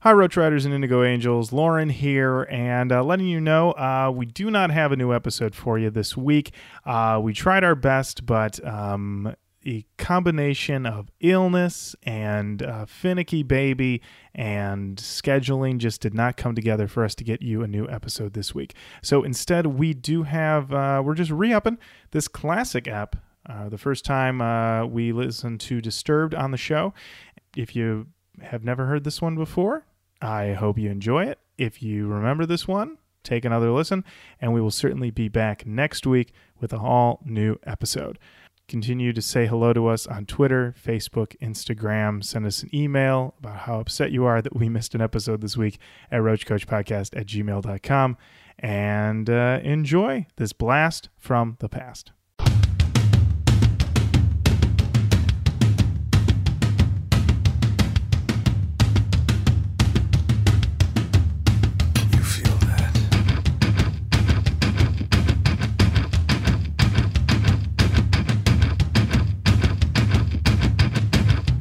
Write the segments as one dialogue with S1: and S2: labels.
S1: Hi, Roach Riders and Indigo Angels. Lauren here, and uh, letting you know uh, we do not have a new episode for you this week. Uh, we tried our best, but um, a combination of illness and uh, finicky baby and scheduling just did not come together for us to get you a new episode this week. So instead, we do have, uh, we're just re upping this classic app. Uh, the first time uh, we listened to Disturbed on the show. If you have never heard this one before, I hope you enjoy it. If you remember this one, take another listen, and we will certainly be back next week with a all new episode. Continue to say hello to us on Twitter, Facebook, Instagram. Send us an email about how upset you are that we missed an episode this week at roachcoachpodcast at gmail.com. And uh, enjoy this blast from the past.
S2: You feel that?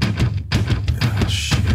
S2: Oh, shit.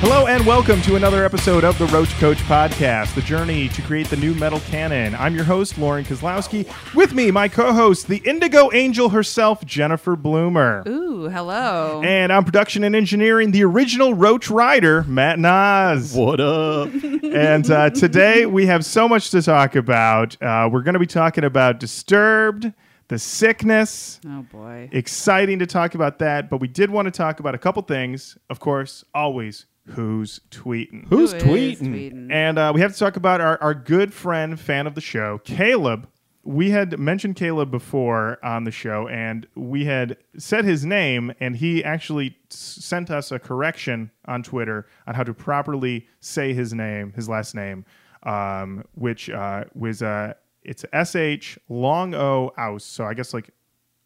S1: Hello and welcome to another episode of the Roach Coach Podcast, the journey to create the new metal canon. I'm your host, Lauren Kozlowski. With me, my co host, the Indigo Angel herself, Jennifer Bloomer.
S3: Ooh, hello.
S1: And on production and engineering, the original Roach Rider, Matt Nas.
S4: What up?
S1: and uh, today we have so much to talk about. Uh, we're going to be talking about Disturbed, The Sickness.
S3: oh boy.
S1: Exciting to talk about that, but we did want to talk about a couple things. Of course, always who's tweeting.
S4: Who's
S3: Who is
S4: tweeting?
S1: And uh, we have to talk about our, our good friend, fan of the show, Caleb. We had mentioned Caleb before on the show, and we had said his name, and he actually s- sent us a correction on Twitter on how to properly say his name, his last name, um, which uh, was uh, it's S H long O Aus. So I guess like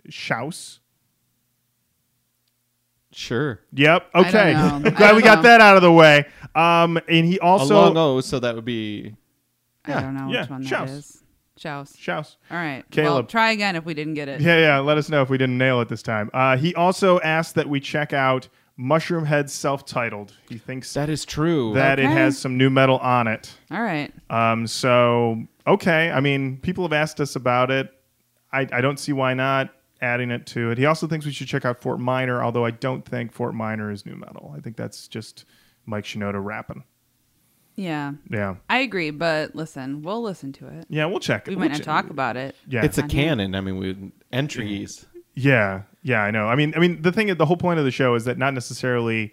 S1: Schaus.
S4: Sure.
S1: Yep.
S3: don't
S1: Okay.
S3: know.
S1: I'm
S3: I
S1: glad
S3: don't
S1: we got
S3: know.
S1: that out of the way. Um, and he
S4: A
S1: also
S4: long O, so that would be.
S3: I don't know
S1: yeah,
S3: which one
S1: Shouse.
S3: that is. Shouse.
S1: Schaus.
S3: All right. Well,
S1: Caleb.
S3: try again if we didn't get it.
S1: Yeah, yeah. Let us know if we didn't nail it this time. Uh, he also asked that we check out Mushroom Head self-titled. He thinks that,
S4: That is true.
S1: it
S3: Okay.
S1: has some new metal on it.
S3: All right.
S1: Um, so okay. I mean, people have asked us about it. I, I don't see why not adding it to it. He also thinks we should check out Fort Minor, although I don't think Fort Minor is new metal. I think that's just Mike Shinoda rapping.
S3: Yeah.
S1: Yeah,
S3: I agree, but listen, we'll listen to it.
S1: yeah. We'll check. it.
S3: We might
S1: We'll
S3: not
S1: che-
S3: talk about it.
S1: Yeah,
S4: it's a canon. I mean, we entries.
S3: Oh,
S1: Yeah, yeah, I know. I mean, I mean, the thing, the whole point of the show is that not necessarily.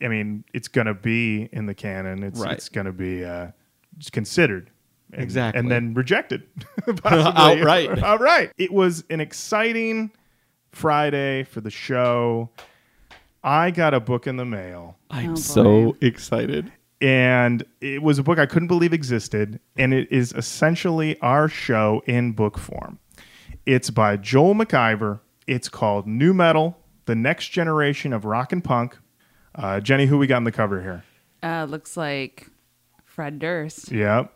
S1: I mean, it's gonna be in the canon. It's
S4: Right.
S1: it's gonna be uh, it's considered and,
S4: Exactly.
S1: and then rejected, possibly.
S4: Outright.
S1: Outright. It was an exciting Friday for the show. I got a book in the mail
S4: I'm
S3: boy.
S4: so excited.
S1: and it was a book I couldn't believe existed, and it is essentially our show in book form. It's by Joel McIver. It's called New Metal: The Next Generation of Rock and Punk. Uh, Jenny, who we got on the cover here?
S3: Uh, looks like Fred Durst.
S1: Yep.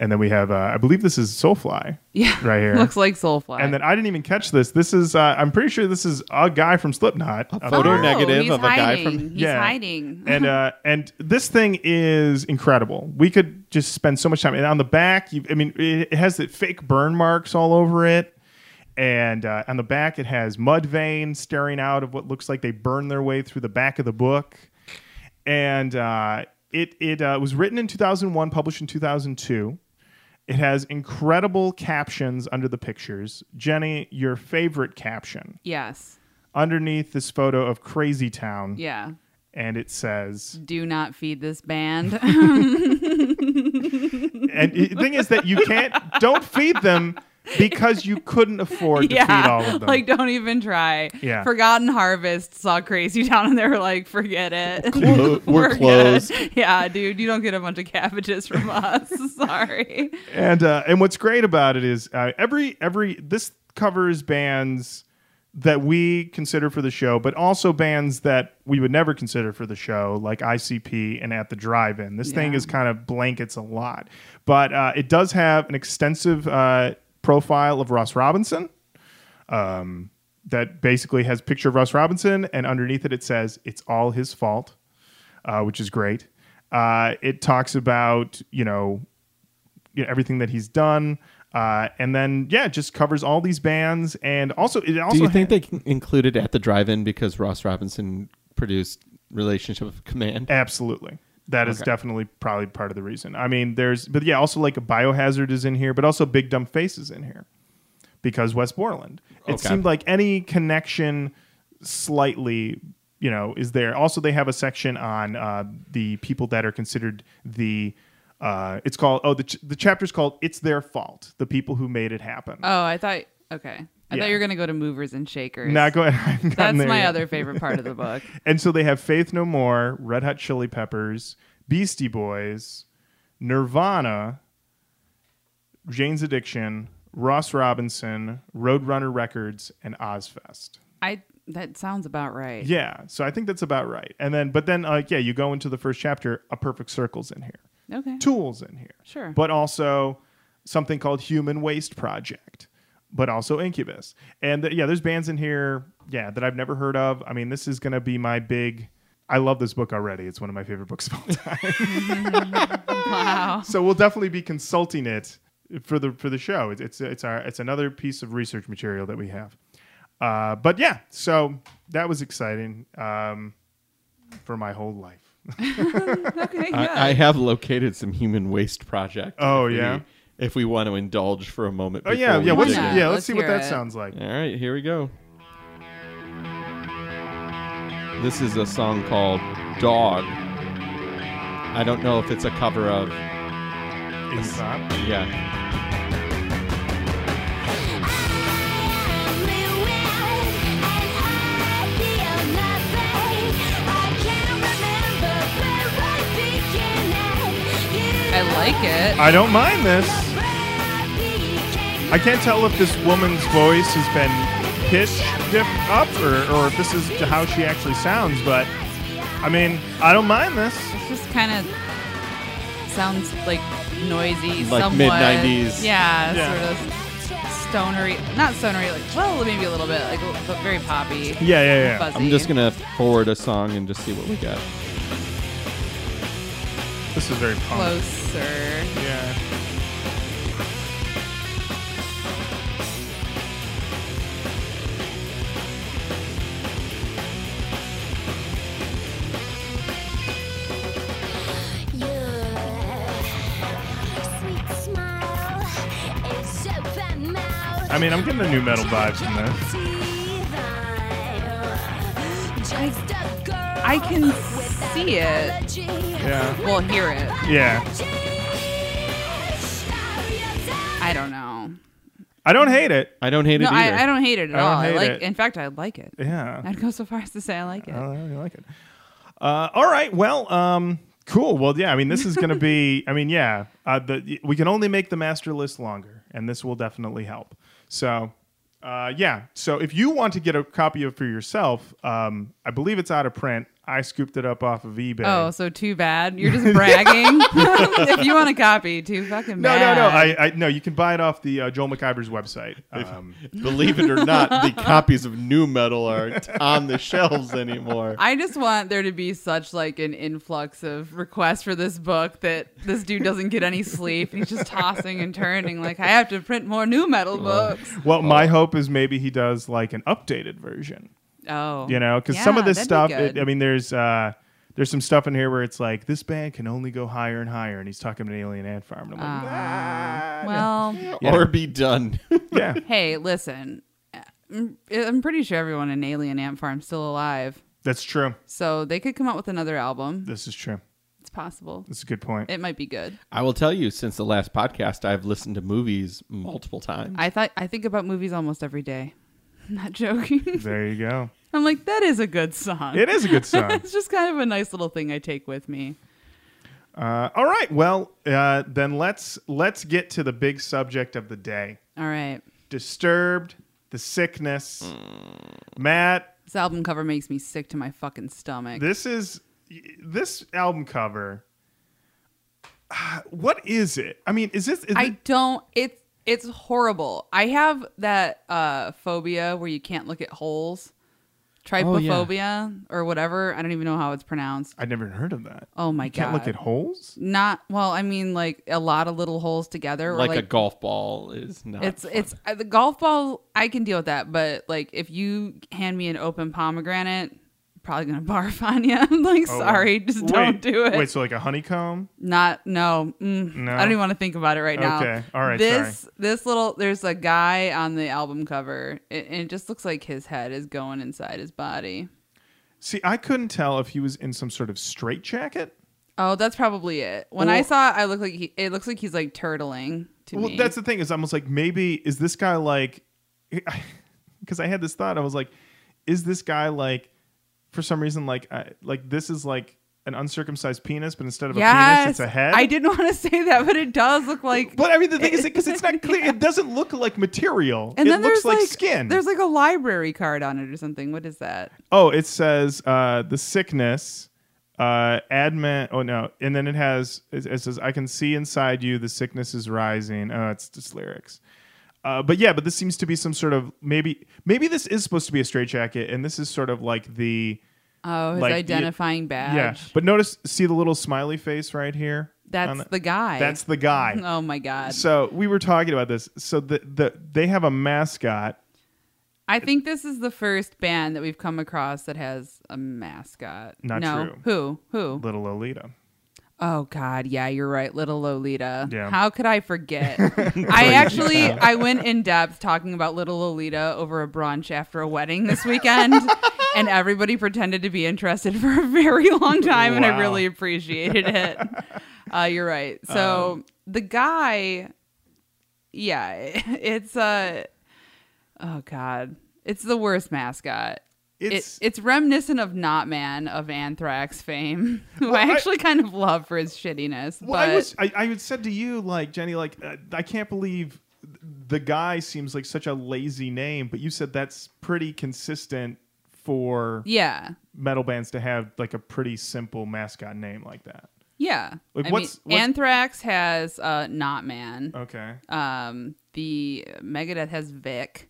S1: And then we have, uh, I believe this is Soulfly.
S3: Yeah.
S1: Right here.
S3: looks like Soulfly.
S1: And then I didn't even catch this. This is, uh, I'm pretty sure this is a guy from Slipknot.
S4: A
S1: Uh,
S4: photo
S3: oh,
S4: negative
S3: he's
S4: of a guy
S3: hiding.
S4: from-
S3: He's
S1: Yeah.
S3: hiding.
S1: and uh, and this thing is incredible. We could just spend so much time. And on the back, you, I mean, it it has the fake burn marks all over it. And uh, on the back, it has mud veins staring out of what looks like they burned their way through the back of the book. And uh, it it uh, was written in 2001, published in 2002. It has incredible captions under the pictures. Jenny, your favorite caption
S3: yes.
S1: underneath this photo of Crazy Town,
S3: Yeah.
S1: and it says.
S3: Do not feed this band.
S1: And the thing is that you can't don't feed them because you couldn't afford to feed all of them.
S3: Like, don't even try.
S1: Yeah.
S3: Forgotten Harvest saw Crazy Town and they were like, forget it.
S4: Clo- we're closed.
S3: good. Yeah, dude, you don't get a bunch of cabbages from us. Sorry.
S1: and uh, and what's great about it is uh, every every this covers bands that we consider for the show, but also bands that we would never consider for the show, like ICP and At the Drive In. This thing
S3: Yeah.
S1: is kind of blankets a lot, but uh, it does have an extensive uh, profile of Ross Robinson that basically has a picture of Russ Robinson, and underneath it it says it's all his fault, uh, which is great. Uh, it talks about you know, you know everything that he's done, uh, and then yeah, it just covers all these bands, and also it also
S4: Do you
S1: ha-
S4: think they can- included at the drive-in because Ross Robinson produced Relationship of Command?
S1: Absolutely. that is
S4: Okay.
S1: definitely probably part of the reason. I mean, there's, but yeah, also like a biohazard is in here, but also big dumb face is in here because West Borland. It
S4: Okay.
S1: seemed like any connection slightly, you know, is there. Also, they have a section on uh, the people that are considered the. Uh, it's called oh the ch- the chapter's called it's their fault the people who made it happen.
S3: Oh, I thought. Okay, I
S1: Yeah.
S3: thought you were gonna go to movers and shakers.
S1: Not going. I haven't
S3: That's
S1: gotten there
S3: my
S1: yet.
S3: other favorite part of the book.
S1: And so they have Faith No More, Red Hot Chili Peppers, Beastie Boys, Nirvana, Jane's Addiction, Ross Robinson, Roadrunner Records, and Ozfest.
S3: I that sounds about right.
S1: Yeah, so I think that's about right. And then, but then, uh, yeah, you go into the first chapter. A Perfect Circle's in here,
S3: Okay.
S1: Tools in here,
S3: Sure.
S1: but also something called Human Waste Project, but also Incubus. And th- yeah, there's bands in here, yeah, that I've never heard of. I mean, this is going to be my big. I love this book already. It's one of my favorite books of all time.
S3: wow.
S1: so we'll definitely be consulting it for the for the show. It's it's it's, our, it's another piece of research material that we have. Uh, but yeah, so that was exciting um, for my whole life.
S3: Okay. Yeah.
S4: I, I have located some human waste project.
S1: Oh,
S4: if we-
S1: yeah?
S4: if we want to indulge for a moment.
S1: Oh yeah,
S4: before
S1: yeah.
S4: we
S1: What's,
S4: dig
S1: yeah,
S4: in.
S3: Yeah,
S1: Let's,
S3: let's
S1: see what
S3: hear
S1: that
S3: it.
S1: sounds like.
S4: All right, here we go. This is a song called Dog. I don't know if it's a cover of.
S1: Aesop.
S4: Yeah.
S3: I like it.
S1: I don't mind this. I can't tell if this woman's voice has been pitch dipped up or, or if this is how she actually sounds, but I mean, I don't mind this.
S3: It's just kind of sounds like noisy,
S4: Like
S3: somewhat.
S4: mid-nineties.
S3: Yeah,
S1: Yeah.
S3: sort of stonery, not stonery, like well, maybe a little bit, like but very poppy.
S1: Yeah, yeah, yeah.
S3: Fuzzy.
S4: I'm just going to forward a song and just see what we get.
S1: This is very punk.
S3: closer.
S1: Yeah. I mean, I'm getting a new metal vibe from this.
S3: I can see it.
S1: Yeah.
S3: We'll hear it.
S1: Yeah.
S3: I don't know.
S1: I don't hate it.
S4: I don't hate
S3: No,
S4: it either.
S3: I, I don't hate it at
S1: I don't
S3: all. I
S1: hate
S3: like.
S1: it.
S3: In fact, I like it.
S1: Yeah.
S3: I'd go so far as to say I like it.
S1: I really like it. Uh, all right. Well, um, cool. Well, yeah. I mean, this is going to be. I mean, yeah. Uh, the we can only make the master list longer, and this will definitely help. So, uh, yeah. So if you want to get a copy of for yourself, um, I believe it's out of print. I scooped it up off of eBay.
S3: Oh, so too bad. You're just bragging. if you want a copy, too fucking
S1: no, no,
S3: bad.
S1: no. I, I no. You can buy it off the uh, Joel McIver's website. Um,
S4: Believe it or not, the copies of new metal aren't on the shelves anymore.
S3: I just want there to be such like an influx of requests for this book that this dude doesn't get any sleep. He's just tossing and turning like I have to print more new metal books.
S1: well, my hope is maybe he does like an updated version.
S3: Oh.
S1: you know because some
S3: Yeah,
S1: of this stuff
S3: that'd be good.
S1: it, i mean there's uh there's some stuff in here where it's like this band can only go higher and higher and he's talking to an alien ant farm and i'm like
S3: well,
S1: Yeah.
S4: Or be done.
S3: Ah.
S1: yeah
S3: hey, listen. I'm I'm pretty sure everyone in Alien Ant Farm's still alive.
S1: that's true
S3: So they could come out with another album.
S1: this is true
S3: It's possible.
S1: that's a good point
S3: It might be good.
S4: I will tell you, since the last podcast, I've listened to movies multiple times.
S3: I thought I think about movies almost every day. I'm not joking.
S1: there you go
S3: I'm like, that is a good song.
S1: it is a good song
S3: it's just kind of a nice little thing I take with me.
S1: uh, all right well uh, then let's let's get to the big subject of the day
S3: All right.
S1: disturbed the sickness.
S3: Mm.
S1: Matt,
S3: This album cover makes me sick to my fucking stomach.
S1: this is this album cover. ah, What is it? I mean, is this? Is
S3: I
S1: it-
S3: don't. It's it's horrible. I have that uh, phobia where you can't look at holes,
S1: Oh,
S3: trypophobia or whatever. I don't even know how it's pronounced.
S1: I'd never heard of that.
S3: Oh my
S1: you can't
S3: god!
S1: look at holes.
S3: Not well. I mean, like a lot of little holes together. or,
S4: Like, a golf ball is not.
S3: It's
S4: fun.
S3: it's uh, the golf ball. I can deal with that, but like if you hand me an open pomegranate, I'm probably gonna barf on you. I'm like,
S1: Oh,
S3: sorry, just
S1: wait,
S3: don't do it.
S1: Wait, so like a honeycomb?
S3: Not no. Mm,
S1: No?
S3: I don't even want to think about it right now.
S1: Okay. All right,
S3: This this little there's a guy on the album cover, a- and it just looks like his head is going inside his body.
S1: See, I couldn't tell if he was in some sort of straitjacket.
S3: Oh, that's probably it. When I
S1: Well-
S3: saw it, I look like he, it looks like he's like turtling to
S1: Well,
S3: me.
S1: that's the thing is almost like maybe is this guy like because I had this thought I was like is this guy like for some reason like I, like this is like an uncircumcised penis but instead of a penis it's a head.
S3: I didn't want to say that, but it does look like.
S1: But I mean the thing is because it's not clear it doesn't look like material. it looks like, skin.
S3: There's like a library card on it or something. What is that?
S1: oh, it says uh the sickness uh admin oh no and then it has it, it says I can see inside you the sickness is rising. Oh, it's just lyrics. Uh, but yeah, but this seems to be some sort of maybe maybe this is supposed to be a straitjacket, and this is sort of like the
S3: Oh, his
S1: Like the-
S3: identifying badge.
S1: yeah. But notice, see the little smiley face right here.
S3: that's
S1: on
S3: the, guy.
S1: that's the guy.
S3: Oh my god.
S1: So we were talking about this. So the, the they have a mascot.
S3: I think this is the first band that we've come across that has a mascot.
S1: Not
S3: no. Who? Who?
S1: Little Lolita.
S3: Oh God, yeah, you're right, Little Lolita.
S1: Yeah.
S3: How could I forget? I actually I went in depth talking about Little Lolita over a brunch after a wedding this weekend, and everybody pretended to be interested for a very long time, and I
S1: Wow.
S3: really appreciated it. uh, you're right. So
S1: Um,
S3: the guy, yeah, it's uh, oh God, it's the worst mascot. It's,
S1: It's
S3: it, it's reminiscent of Not Man of Anthrax fame, who I
S1: Well, I-
S3: actually kind of love for his shittiness.
S1: well,
S3: but
S1: I was I, I had said to you like Jenny like uh, I can't believe the guy seems like such a lazy name, but you said that's pretty consistent for
S3: yeah,
S1: metal bands to have like a pretty simple mascot name like that.
S3: yeah.
S1: Like, what's-
S3: I mean,
S1: what's- Oh.
S3: Anthrax has uh, Not Man.
S1: Okay.
S3: Um, the Megadeth has Vic.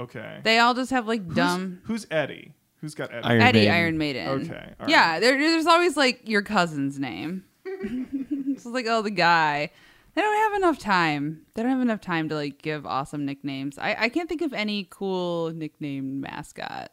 S1: Okay.
S3: They all just have like
S1: Who's-
S3: dumb
S1: Who's, Eddie? Who's got Eddie?
S4: Iron
S3: Eddie
S4: Maiden.
S3: Iron Maiden.
S1: Okay, all
S3: Yeah, there, there's always like your cousin's name. it's like oh the guy. They don't have enough time. They don't have enough time to like give awesome nicknames. I, I can't think of any cool nicknamed mascot.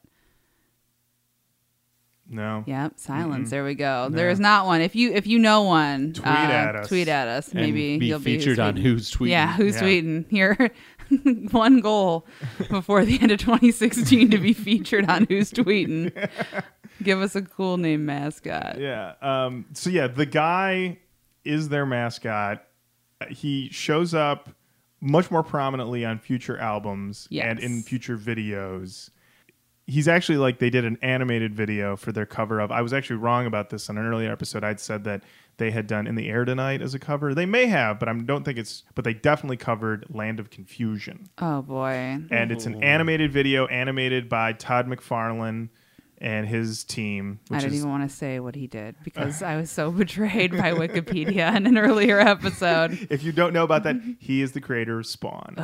S1: No.
S3: Yep, silence. There we go. There is not one. If you if you know one, uh,
S1: Tweet at us.
S3: Tweet at us.
S4: And
S3: Maybe
S4: be
S3: you'll
S4: featured
S3: be
S4: on
S3: tweeting.
S4: Who's Tweeting.
S3: Yeah, who's
S1: Yeah.
S3: tweeting? Your one goal before the end of 2016 to be featured on Who's Tweeting. Give us a cool name mascot.
S1: Yeah. Um, so yeah, the guy is their mascot. Uh, He shows up much more prominently on future albums
S3: Yes.
S1: and in future videos. He's actually like they did an animated video for their cover of. I was actually wrong about this on an earlier episode. I'd said that they had done "In the Air Tonight" as a cover. They may have, but I don't think it's. But they definitely covered "Land of Confusion."
S3: Oh boy.
S1: and it's an animated video animated by Todd McFarlane and his team. Which
S3: I didn't
S1: is,
S3: even want to say what he did because I was so betrayed by Wikipedia in an earlier episode.
S1: If you don't know about that, he is the creator of Spawn.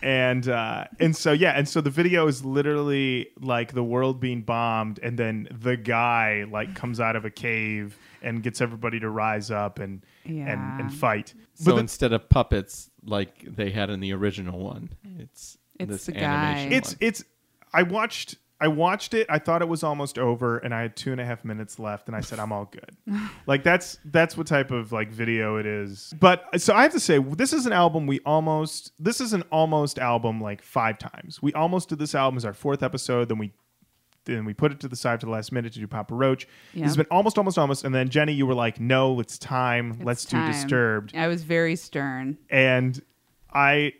S1: and uh, and so yeah, and so the video is literally like the world being bombed, and then the guy like comes out of a cave and gets everybody to rise up and
S3: Yeah.
S1: and, and fight.
S4: So
S1: the-
S4: instead of puppets like they had in the original one, it's
S3: It's
S4: this
S3: the guy.
S4: animation.
S1: it's
S4: one.
S1: it's I watched I watched it. I thought it was almost over, and I had two and a half minutes left, and I said I'm all good. like that's that's what type of like video it is. But so I have to say, this is an album we almost this is an almost album like five times. We almost did this album as our fourth episode, then we. Then we put it to the side for the last minute to do Papa Roach.
S3: Yeah.
S1: It's been almost, almost, almost. And then Jenny, you were like, "No, it's time. Let's
S3: It's time.
S1: do Disturbed."
S3: I was very stern.
S1: And I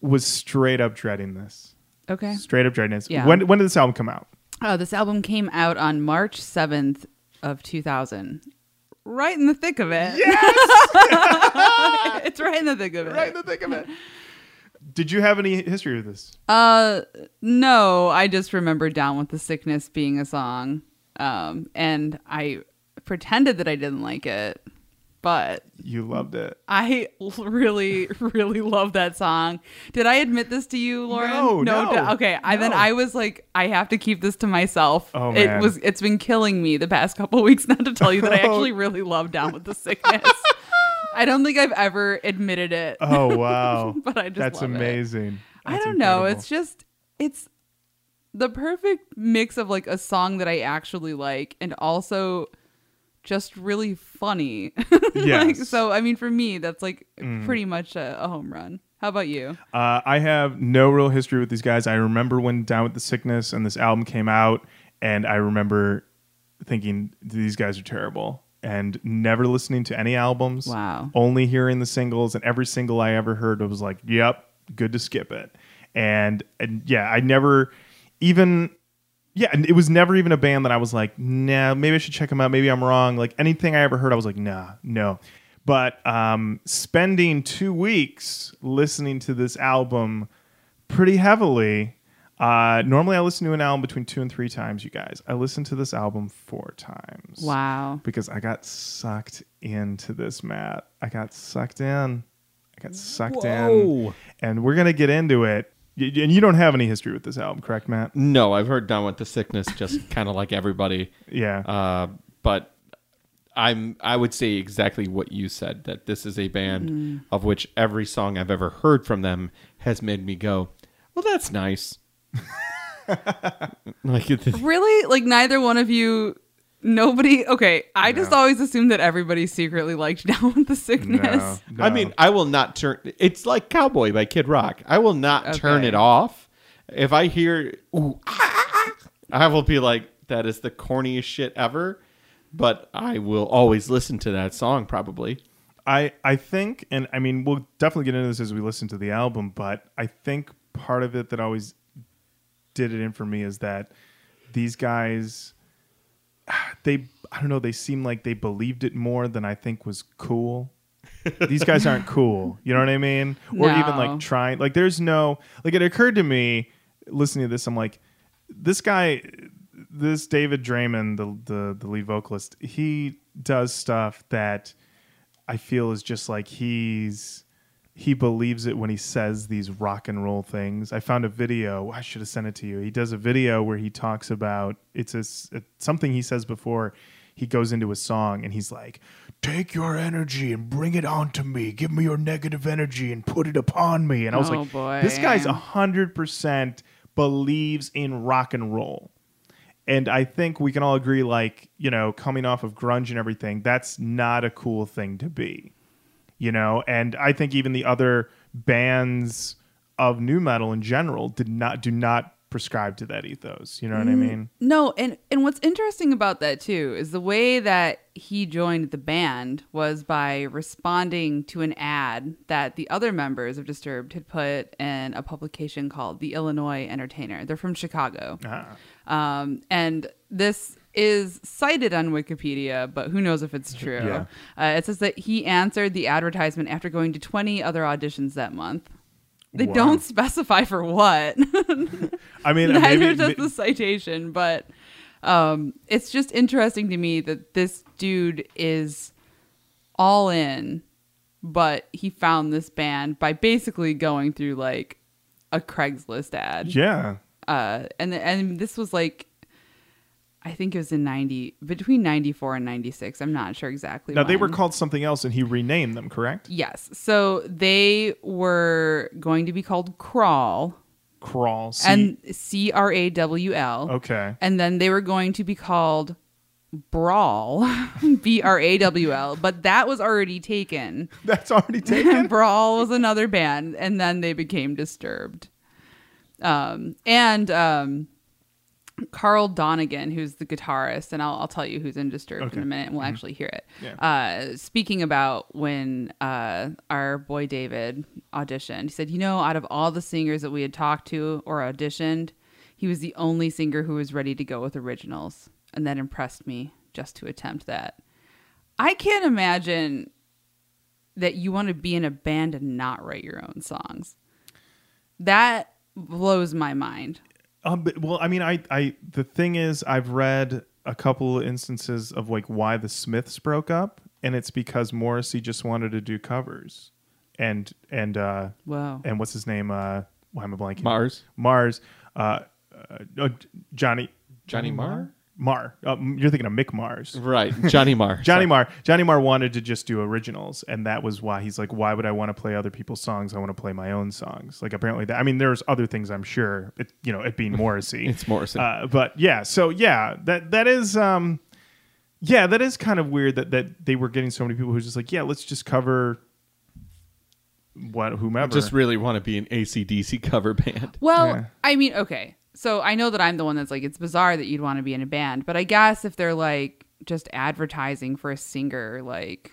S1: was straight up dreading this.
S3: Okay.
S1: Straight up dreadnoughts.
S3: Yeah.
S1: When when did this album come out?
S3: Oh, this album came out on March 7th of 2000. Right in the thick of it. Yes. it's right in the thick of it.
S1: the thick of it. Did you have any history with this?
S3: Uh, no, I just remember "Down with the Sickness" being a song, um, and I pretended that I didn't like it, but
S1: You loved it.
S3: I really, really love that song. Did I admit this to you, Lauren?
S1: No, no,
S3: d- okay. I then
S1: no.
S3: I was like, I have to keep this to myself.
S1: Oh, man.
S3: It was. It's been killing me the past couple weeks not to tell you that I
S1: Oh.
S3: actually really love "Down with the Sickness." I don't think I've ever admitted it.
S1: Oh wow,
S3: But I just
S1: that's
S3: love it.
S1: amazing.
S3: I
S1: That's
S3: don't know.
S1: incredible.
S3: It's just it's the perfect mix of like a song that I actually like and also just really funny. like,
S1: Yes. Mm.
S3: so I mean, for me, that's like pretty much a, a home run. How about you?
S1: Uh, I have no real history with these guys. I remember when Down with the Sickness and this album came out, and I remember thinking these guys are terrible and never listening to any albums.
S3: Wow.
S1: Only hearing the singles, and every single I ever heard was like, "Yep, good to skip it." And, and yeah, I never even. Yeah, and it was never even a band that I was like, nah, maybe I should check them out. Maybe I'm wrong. Like anything I ever heard, I was like, nah, no. But um, spending two weeks listening to this album pretty heavily. Uh, normally, I listen to an album between two and three times, you guys. I listened to this album four times.
S3: Wow.
S1: Because I got sucked into this, Matt. I got sucked in. I got sucked in.
S4: Whoa.
S1: And we're going to get into it. Y- y- And you don't have any history with this album, correct, Matt?
S4: No, I've heard "Down with the Sickness" just kind of like everybody,
S1: Yeah.
S4: uh, but I'm I would say exactly what you said that this is a band
S3: Mm.
S4: of which every song I've ever heard from them has made me go, "Well, that's nice." like it,
S3: Really? Like neither one of you. Nobody. Okay, I just always assumed that everybody secretly liked "Down with the Sickness."
S1: No,
S4: I
S1: no.
S4: mean, I will not turn. It's like Cowboy by Kid Rock. I will not turn
S3: Okay.
S4: it off. If I hear, ooh, ah, ah, ah," I will be like, that is the corniest shit ever. But I will always listen to that song, probably.
S1: I I think, and I mean, we'll definitely get into this as we listen to the album, but I think part of it that always did it in for me is that these guys, they I don't know, they seem like they believed it more than I think was cool. these guys aren't cool, you know what I mean? Or even like
S3: No.
S1: trying, like there's no like. It occurred to me listening to this, I'm like, this guy, this David Draymond, the the, the lead vocalist, he does stuff that. I feel is just like he's he believes it when he says these rock and roll things. I found a video. I should have sent it to you. He does a video where he talks about it's a, s- it's something he says before he goes into a song and he's like, "Take your energy and bring it on to me. Give me your negative energy and put it upon me." And I was
S3: Oh,
S1: like,
S3: boy.
S1: "This guy's a hundred percent believes in rock and roll." And I think we can all agree, like, you know, coming off of grunge and everything, that's not a cool thing to be, you know? And I think even the other bands of new metal in general did not, do not prescribe to that ethos. You know what
S3: Mm.
S1: I mean?
S3: No, and and what's interesting about that too is the way that he joined the band was by responding to an ad that the other members of Disturbed had put in a publication called The Illinois Entertainer. They're from Chicago.
S1: Ah.
S3: Um, and this is cited on Wikipedia, but who knows if it's true.
S1: Yeah.
S3: Uh, it says that he answered the advertisement after going to 20 other auditions that month. They
S1: Wow.
S3: don't specify for what.
S1: I mean,
S3: neither
S1: maybe,
S3: does the citation but um it's just interesting to me that this dude is all in but he found this band by basically going through like a craigslist ad
S1: yeah.
S3: uh and and this was like i think it was in 90 between 94 and 96 i'm not sure exactly
S1: Now they were
S3: when.
S1: called something else and he renamed them, correct?
S3: yes so they were going to be called crawl
S1: Crawl. C-
S3: and c-r-a-w-l
S1: okay.
S3: and then they were going to be called Brawl, B R A W L, but that was already taken.
S1: That's already taken.
S3: Brawl was another band, and then they became Disturbed. Um, and um, Carl Donegan, who's the guitarist, and I'll, I'll tell you who's in Disturbed
S1: Okay.
S3: in a minute, and we'll actually hear it.
S1: Yeah.
S3: Uh, speaking about when uh, our boy David auditioned, he said, You know, out of all the singers that we had talked to or auditioned, he was the only singer who was ready to go with originals. And that impressed me just to attempt that. I can't imagine that you want to be in a band and not write your own songs. That blows my mind.
S1: Um, but, well, I mean, I, I, the thing is, I've read a couple of instances of like why the Smiths broke up, and it's because Morrissey just wanted to do covers, and and uh,
S3: Wow.
S1: and what's his name? Uh, why am I blanking?
S4: Mars.
S1: Mars. Uh, uh no, Johnny.
S4: Johnny Marr?
S1: Marr. Uh, you're thinking of Mick Mars.
S4: Right, Johnny Marr.
S1: Johnny
S4: Sorry.
S1: Marr. Johnny Marr wanted to just do originals, and that was why he's like, "Why would I want to play other people's songs? I want to play my own songs." Like apparently, that I mean, there's other things I'm sure. It, you know, it being Morrissey,
S4: It's Morrissey.
S1: Uh, but yeah, so yeah, that that is, um, yeah, that is kind of weird that that they were getting so many people who's just like, "Yeah, let's just cover what whomever."
S4: Just really want to be an ACDC cover band.
S3: Well,
S1: Yeah.
S3: I mean, okay. So I know that I'm the one that's like, it's bizarre that you'd want to be in a band, but I guess if they're like just advertising for a singer, like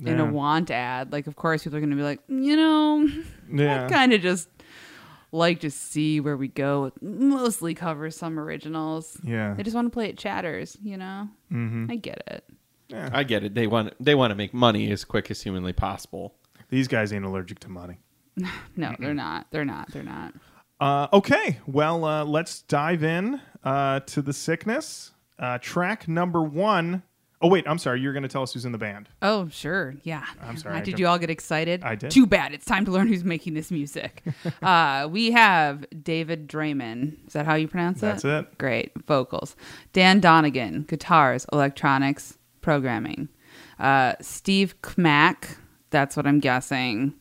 S3: in a
S1: Yeah.
S3: want ad, like of course people are going to be like, you know,
S1: yeah.
S3: I kind of just like to see where we go. Mostly cover some originals.
S1: Yeah.
S3: They just want to play at Chatters, you know. Mm-hmm. I get it.
S4: I get it. They want they want to make money as quick as humanly possible.
S1: These guys ain't allergic to money.
S3: No,
S1: Mm-hmm.
S3: they're not. They're not. They're not.
S1: Uh, okay, well, uh, let's dive in uh, to the sickness. Uh, track number one oh wait, I'm sorry. You're going to tell us who's in the band.
S3: Oh, sure. Yeah.
S1: I'm sorry,
S3: Why
S1: I
S3: Did
S1: don't-
S3: you all get excited?
S1: I did.
S3: Too bad. It's time to learn who's making this music. uh, we have David Draymond. Is that how you pronounce it?
S1: That's it.
S3: Great. Vocals. Dan Donegan. Guitars, electronics, programming. Uh, Steve Kmack. That's what I'm guessing.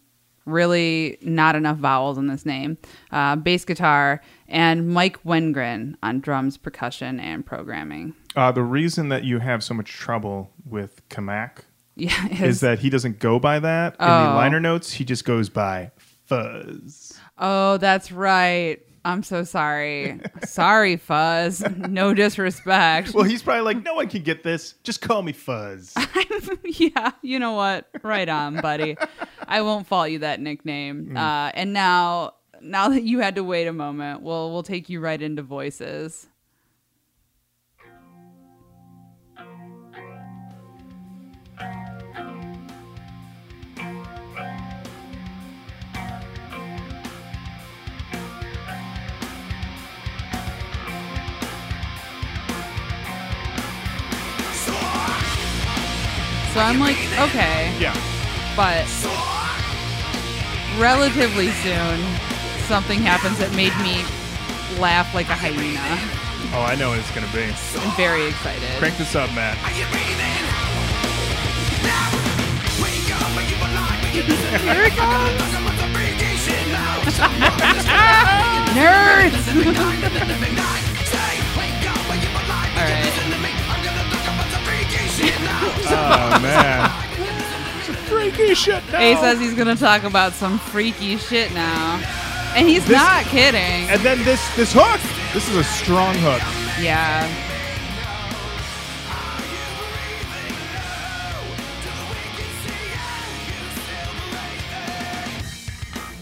S3: Really not enough vowels in this name. Uh, bass guitar. And Mike Wengren on drums, percussion, and programming.
S1: Uh, the reason that you have so much trouble with Kamak
S3: Yeah.
S1: is
S3: his-
S1: that he doesn't go by that in the
S3: Oh.
S1: liner notes. He just goes by Fuzz.
S3: Oh, that's right. I'm so sorry. sorry, Fuzz. No disrespect.
S1: Well, he's probably like, no one can get this. Just call me Fuzz.
S3: yeah, you know what? Right on, buddy. I won't fault you that nickname. Uh, and now, now that you had to wait a moment, we'll we'll take you right into voices. So I'm like, okay,
S1: yeah.
S3: but relatively soon, something happens that made me laugh like a hyena.
S1: Oh, I know what it's going to be.
S3: I'm very excited.
S1: Crank this up, Matt.
S3: Here it comes. Nerds! Alright.
S1: Oh, man. Freaky shit now.
S3: A says he's gonna talk about some freaky shit now. And he's not kidding.
S1: And then this this hook. This is a strong hook.
S3: yeah.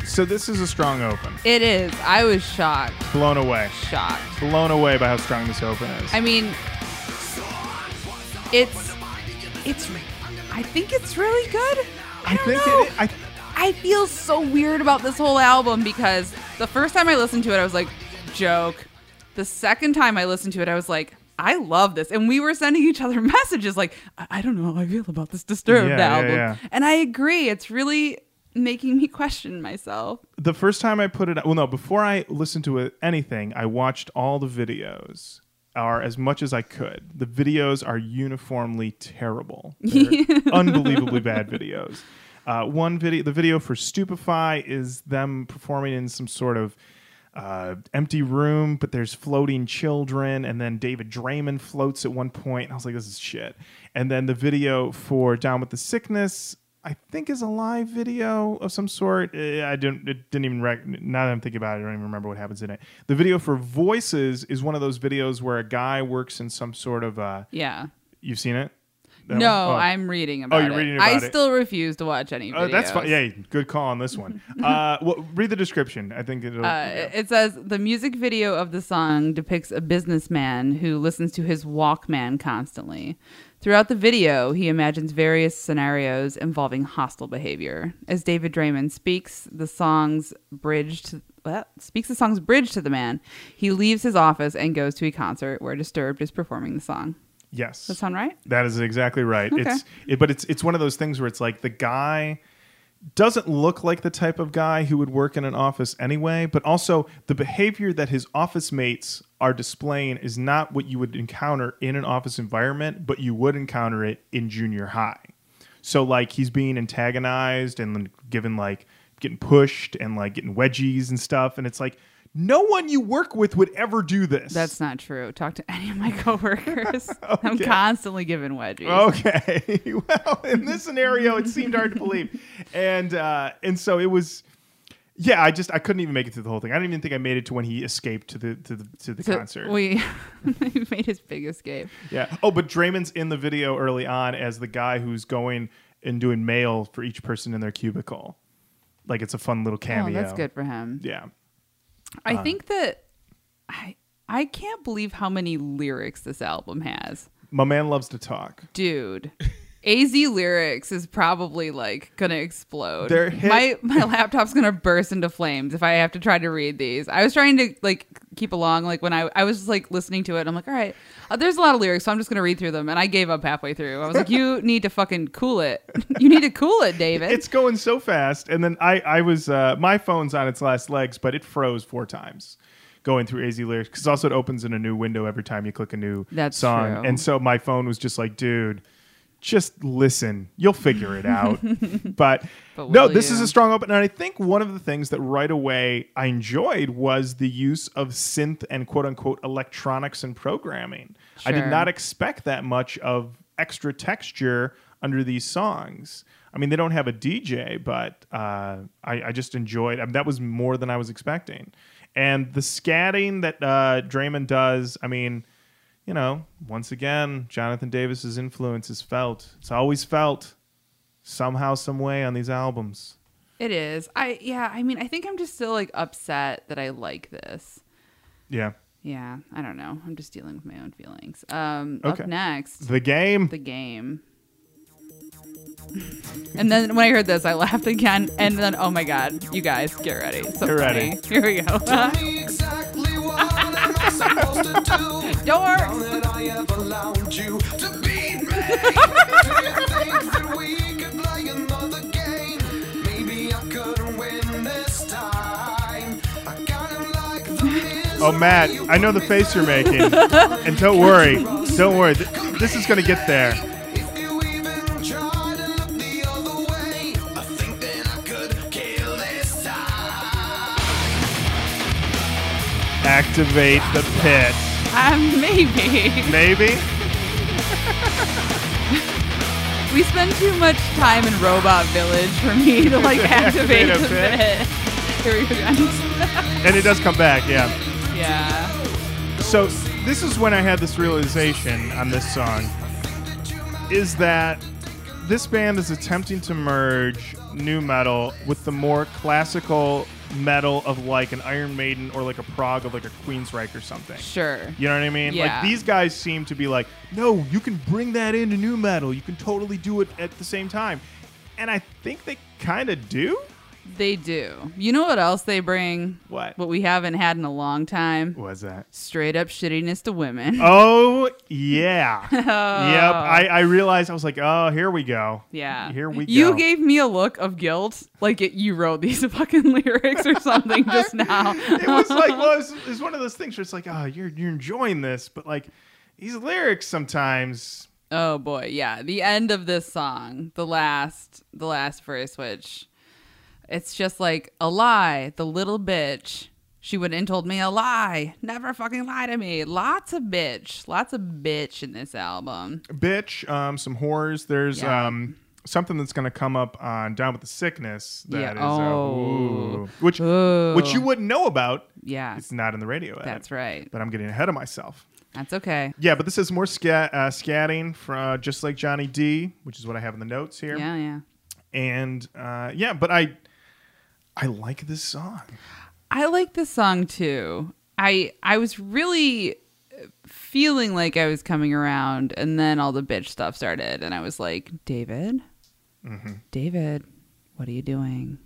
S1: So this is a strong open.
S3: It is. I was shocked.
S1: Blown away.
S3: Shocked.
S1: Blown away by how strong this open is.
S3: I mean it's it's I think it's really good. I, don't
S1: think
S3: know.
S1: it. I,
S3: I feel so weird about this whole album because the first time I listened to it, I was like, joke. The second time I listened to it, I was like, I love this. And we were sending each other messages like, I, I don't know how I feel about this Disturbed
S1: Yeah, yeah,
S3: album.
S1: yeah.
S3: And I agree. It's really making me question myself.
S1: the first time I put it. Well, no. Before I listened to it, anything, I watched all the videos, or as much as I could. The videos are uniformly terrible. They're unbelievably bad videos. Uh, one video, the video for Stupefy is them performing in some sort of uh, empty room, but there's floating children, and then David Draymond floats at one point. And I was like, this is shit. And then the video for Down with the Sickness, I think, is a live video of some sort. Eh, I didn't, it didn't even rec- now that I'm thinking about it, I don't even remember what happens in it. The video for Voices is one of those videos where a guy works in some sort of. Uh,
S3: Yeah.
S1: you've seen it? That
S3: No,
S1: one? Oh.
S3: I'm reading about
S1: you're
S3: it.
S1: reading about
S3: I
S1: it.
S3: still refuse to watch any videos.
S1: Oh, that's fine. Yeah, good call on this one. Uh, well, read the description. I think it'll.
S3: Uh, It says the music video of the song depicts a businessman who listens to his Walkman constantly. Throughout the video, he imagines various scenarios involving hostile behavior. As David Draymond speaks, the song's bridge to well, speaks the song's bridge to the man. He leaves his office and goes to a concert where Disturbed is performing the song.
S1: Yes.
S3: Does that sound right?
S1: That is exactly right. It's it, but it's it's one of those things where it's like the guy doesn't look like the type of guy who would work in an office anyway, but also the behavior that his office mates are displaying is not what you would encounter in an office environment, but you would encounter it in junior high. So like he's being antagonized and then given like getting pushed and like getting wedgies and stuff and it's like no one you work with would ever do this.
S3: That's not true. Talk to any of my coworkers. I'm
S1: Okay. Oh,
S3: constantly given wedgies.
S1: Okay. well, in this scenario, it seemed hard to believe, and uh, and so it was. Yeah, I just I couldn't even make it through the whole thing. I don't even think I made it to when he escaped to the to the to the
S3: So
S1: concert.
S3: We he made his big escape.
S1: yeah. Oh, but Draymond's in the video early on as the guy who's going and doing mail for each person in their cubicle. Like it's a fun little
S3: Oh,
S1: cameo.
S3: that's good for him.
S1: Yeah. Uh-huh.
S3: I think that I I can't believe how many lyrics this album has.
S1: My man loves to talk.
S3: Dude. AZ lyrics is probably like gonna explode.
S1: They're hit-
S3: My my laptop's gonna burst into flames if I have to try to read these. I was trying to like keep along, like when I I was just like listening to it. I'm like, all right, uh, there's a lot of lyrics, so I'm just gonna read through them. And I gave up halfway through. I was like, you need to fucking cool it. you need to cool it, David.
S1: It's going so fast, and then I I was uh, my phone's on its last legs, but it froze four times going through AZ lyrics because also it opens in a new window every time you click a new
S3: That's
S1: song,
S3: true.
S1: and so my phone was just like, dude. Just listen, you'll figure it out. but,
S3: But
S1: no,
S3: will
S1: this is
S3: you?
S1: a strong open. And I think one of the things that right away I enjoyed was the use of synth and quote unquote electronics and programming. I did
S3: Sure.
S1: not expect that much of extra texture under these songs. I mean, they don't have a DJ, but uh, I, I just enjoyed. I mean, that was more than I was expecting. And the scatting that uh, Draymond does, I mean, you know, once again, Jonathan Davis's influence is felt. It's always felt somehow, some way on these albums.
S3: It is. I yeah, I mean, I think I'm just still like upset that I like this.
S1: Yeah,
S3: Yeah, I don't know. I'm just dealing with my own feelings. Um
S1: Okay.
S3: up next,
S1: the game.
S3: the game. and then when I heard this, I laughed again and then oh my god, you guys get ready. So
S1: Get ready.
S3: funny. Here we go.
S2: exactly what am I supposed to do?
S3: Dorks.
S2: Now that I have allowed you to beat me, do you think that we could play another game? Maybe I could win this time. I got him like the misery
S1: Oh, Matt,
S2: you
S1: I know
S2: put
S1: the
S2: me
S1: face you're
S2: through.
S1: making. And don't worry. Don't worry. Th- This is going to get there.
S2: If you even try to look the other way, I think that I could kill this time.
S1: Activate the pit.
S3: Um, maybe.
S1: Maybe?
S3: We spend too much time in Robot Village for me to like activate
S1: a
S3: the
S1: bit.
S3: bit. Here we go.
S1: And it does come back, yeah.
S3: yeah.
S1: So, this is when I had this realization on this song is that this band is attempting to merge new metal with the more classical metal of like an Iron Maiden or like a prog of like a Queensryche or something.
S3: Sure.
S1: You know what I mean?
S3: Yeah.
S1: Like these guys seem to be like, no, you can bring that into new metal. You can totally do it at the same time, and I think they kind of do.
S3: They do. You know what else they bring?
S1: What?
S3: What we haven't had in a long time.
S1: Was that?
S3: Straight up shittiness to women.
S1: Oh yeah, yep. I, I realized I was like, oh, here we go.
S3: Uh, yeah.
S1: here we
S3: You
S1: go.
S3: gave me a look of guilt, like it, you wrote these fucking lyrics or something just now.
S1: It was like, well, it's it's one of those things where it's like, oh, you're you're enjoying this, but like these lyrics sometimes.
S3: Oh boy, yeah. The end of this song, the last, the last verse, which it's just like a lie. The little bitch. She went and told me a lie. Never fucking lie to me. Lots of bitch. Lots of bitch in this album.
S1: bitch, um, some whores. There's
S3: Yeah.
S1: um, something that's going to come up on Down with the Sickness.
S3: Yeah.
S1: That is
S3: Oh.
S1: uh, ooh. which
S3: Ooh.
S1: which you wouldn't know about.
S3: Yeah.
S1: It's not in the radio. edit.
S3: That's right.
S1: But I'm getting ahead of myself.
S3: That's okay.
S1: Yeah, but this is more scat, uh, scatting from uh, just like Johnny D, which is what I have in the notes here.
S3: Yeah, yeah.
S1: And uh, yeah, but I I like this song.
S3: I like this song too. I I was really uh, feeling like I was coming around, and then all the bitch stuff
S1: Mm-hmm.
S3: started, and I was like, David, David, what are you doing?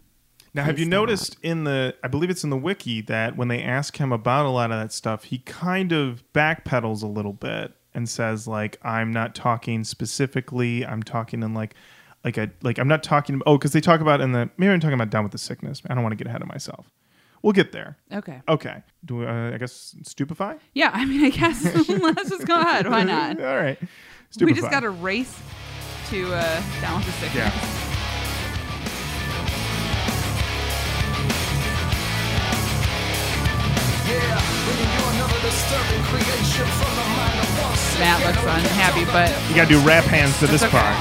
S1: Now, have you
S3: He's
S1: noticed in the, I believe it's in the wiki, that when they ask him about a lot of that stuff, he kind of backpedals a little bit and says, like, I'm not talking specifically. I'm talking in like, like a, like I'm not talking. Oh, because they talk about in the maybe I'm talking about down with the sickness. I don't want to get ahead of myself. We'll get there.
S3: Okay.
S1: Okay. Do uh, I guess stupefy?
S3: Oh. Yeah, I mean, I guess let's just go ahead. Why not?
S1: All right. Stupefy.
S3: We just got to race to uh, down with the sickness.
S1: Yeah.
S2: Yeah, bringing you another disturbing creation from the mind of one sick
S3: Matt looks
S2: animal.
S3: unhappy, but
S1: You got to do rap hands to this
S3: okay.
S1: part.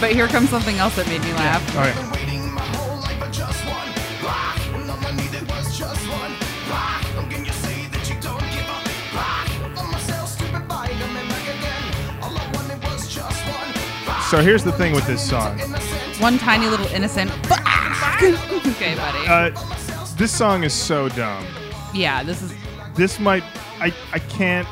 S3: but here comes something else that made me laugh.
S1: All right.
S2: I've been waiting my whole life for just one rock, and all I needed was just one rock. How can you say that you don't give a rock? On myself, stupid by the man back again. All I wanted was just one rock.
S1: So here's the thing with this song.
S2: Innocent.
S3: One tiny little innocent. Fuck! okay, buddy.
S1: Uh, this song is so dumb.
S3: yeah, this is.
S1: this might I I can't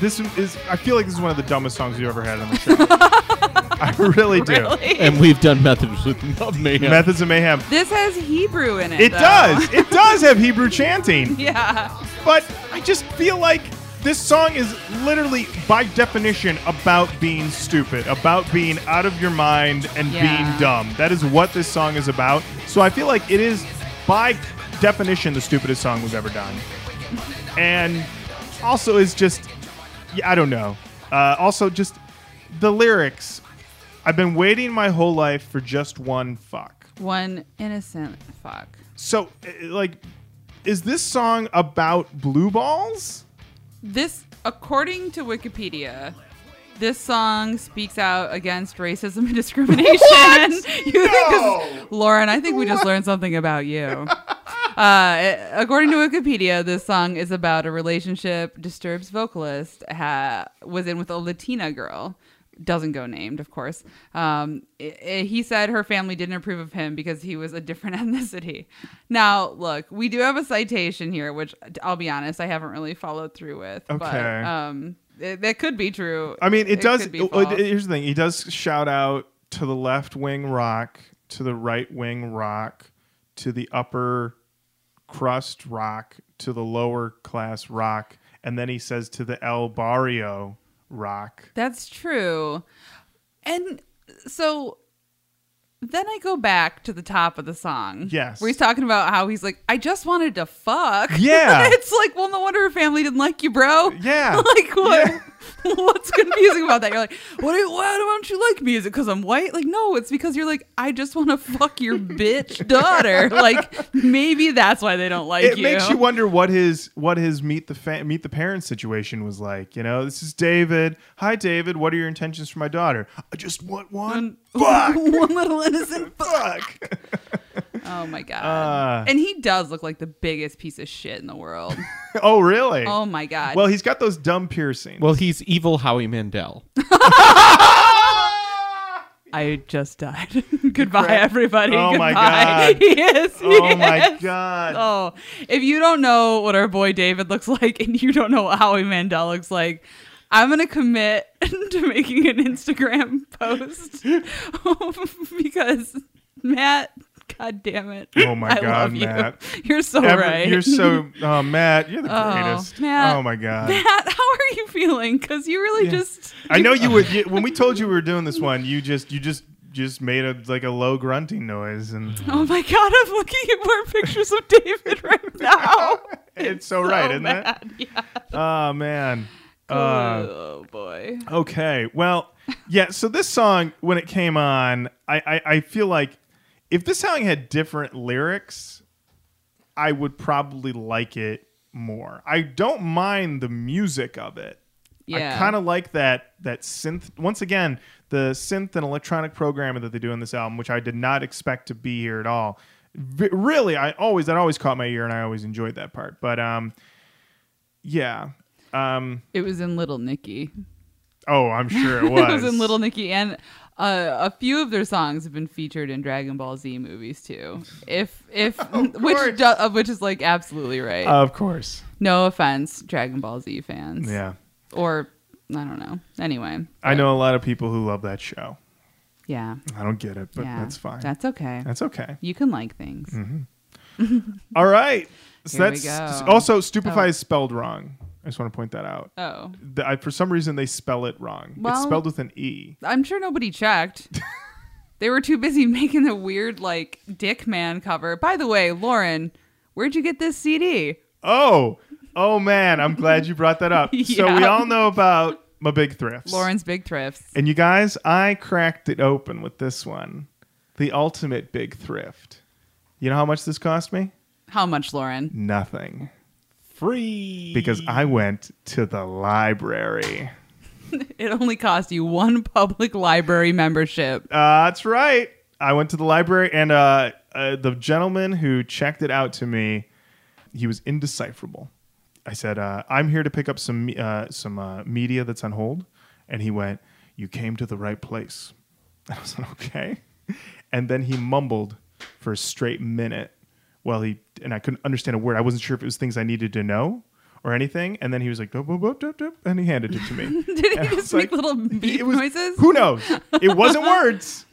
S1: this is I feel like this is one of the dumbest songs you ever had on the show. I really do.
S3: Really?
S4: And we've done methods with mayhem.
S1: Methods of Mayhem.
S3: This has Hebrew in it.
S1: It
S3: though.
S1: does. It does have Hebrew chanting,
S3: yeah.
S1: but I just feel like this song is literally by definition about being stupid, about being out of your mind and
S3: Yeah.
S1: being dumb. That is what this song is about. So I feel like it is by definition the stupidest song we've ever done. and also is just yeah, I don't know. Uh, also, just the lyrics. I've been waiting my whole life for just one fuck.
S3: One innocent fuck.
S1: So, uh, like, is this song about blue balls?
S3: This, according to Wikipedia, this song speaks out against racism and discrimination. You think this, Lauren? I think we just learned something about you. Uh, according to Wikipedia, this song is about a relationship Disturbs vocalist ha- was in with a Latina girl. Doesn't go named, of course. Um, i- i- he said her family didn't approve of him because he was a different ethnicity. Now, look, we do have a citation here, which I'll be honest, I haven't really followed through with.
S1: Okay.
S3: But, um, it, that could be true.
S1: I mean, it, does.
S3: could be
S1: it-
S3: false.
S1: it- here's the thing: he does shout out to the left wing rock, to the right wing rock, to the upper crust rock, to the lower class rock, and then he says to the El Barrio rock.
S3: That's true. And so then I go back to the top of the song.
S1: Yes.
S3: Where he's talking about how he's like, I just wanted to fuck.
S1: Yeah.
S3: it's like, well, no wonder her family didn't like you, bro.
S1: Yeah.
S3: like, what? What's confusing about that? You're like, what? do- Why don't you like me? Is it because I'm white? Like, no, it's because you're like, I just want to fuck your bitch daughter. Like, maybe that's why they don't like
S1: it
S3: you.
S1: makes you wonder what his what his meet the fa- meet the parents situation was like. You know, this is David. Hi, David. What are your intentions for my daughter? I just want one. Fuck.
S3: One little innocent fuck.
S1: Fuck.
S3: Oh my god.
S1: Uh.
S3: and he does look like the biggest piece of shit in the world.
S1: oh, really?
S3: oh my god.
S1: well, he's got those dumb piercings.
S4: Well, he's evil Howie Mandel.
S3: I just died. Goodbye,
S1: crap.
S3: everybody.
S1: Oh
S3: Goodbye.
S1: my God.
S3: He is.
S1: oh
S3: he
S1: my
S3: is.
S1: god.
S3: Oh, if you don't know what our boy David looks like and you don't know what Howie Mandel looks like, I'm going to commit to making an Instagram post because Matt, god damn it.
S1: Oh my
S3: I
S1: God,
S3: love you.
S1: Matt.
S3: You're so
S1: Every-
S3: right.
S1: You're so oh Matt, you're the
S3: Oh,
S1: greatest.
S3: Matt.
S1: oh my god.
S3: Matt, how are you feeling? Because you really just.
S1: I know you would you, when we told you we were doing this one, you just you just just made a like a low grunting noise and
S3: Oh my God, I'm looking at more pictures of David right now.
S1: it's so, right, isn't it?
S3: bad. Yeah.
S1: Oh man. Uh,
S3: oh boy.
S1: Okay. Well, yeah. So this song, when it came on, I, I, I feel like if this song had different lyrics, I would probably like it more. I don't mind the music of it.
S3: Yeah.
S1: I kind of like that that synth. Once again, the synth and electronic programming that they do in this album, which I did not expect to be here at all. V- really, I always that always caught my ear, and I always enjoyed that part. But um, yeah. Um,
S3: It was in Little Nicky.
S1: oh, I'm sure it
S3: It
S1: was.
S3: was in Little Nicky, and uh, a few of their songs have been featured in Dragon Ball Z movies too. If if which do, uh, which is like absolutely right.
S1: Of course.
S3: no offense, Dragon Ball Z fans.
S1: Yeah.
S3: Or I don't know. Anyway,
S1: I know a lot of people who love that show.
S3: Yeah.
S1: I don't get it, but
S3: yeah.
S1: that's fine.
S3: That's okay.
S1: That's Mm-hmm. okay.
S3: you can like things.
S1: All right. So
S3: Here we
S1: that's
S3: go.
S1: also stupefy
S3: Oh.
S1: is spelled wrong. I just want to point that out.
S3: Oh.
S1: The- I, for some reason, they spell it wrong. it's
S3: Well-
S1: spelled with an e.
S3: I'm sure nobody checked. they were too busy making the weird like dick man cover. By the way, Lauren, where'd you get this CD?
S1: Oh, oh man! I'm glad you brought that up. So we
S3: Yeah.
S1: all know about my big thrifts,
S3: Lauren's Big Thrifts.
S1: And you guys, I cracked it open with this one, the ultimate big thrift. You know how much this cost me?
S3: How much, Lauren?
S1: Nothing,
S4: Free.
S1: because I went to the library.
S3: It only cost you one public library membership.
S1: Uh, that's right. I went to the library, and uh, uh, the gentleman who checked it out to me, he was indecipherable. I said, uh, "I'm here to pick up some uh, some uh, media that's on hold," and he went, "You came to the right place." I was like, "Okay," and then he mumbled for a straight minute while he and I couldn't understand a word. I wasn't sure if it was things I needed to know or anything. And then he was like, "Dup, dup, dup, dup, dup," and he handed it to me.
S3: Did
S1: And I
S3: he
S1: was
S3: just
S1: like-
S3: make little
S1: He-
S3: beep
S1: it was-
S3: noises?
S1: Who knows? It wasn't words.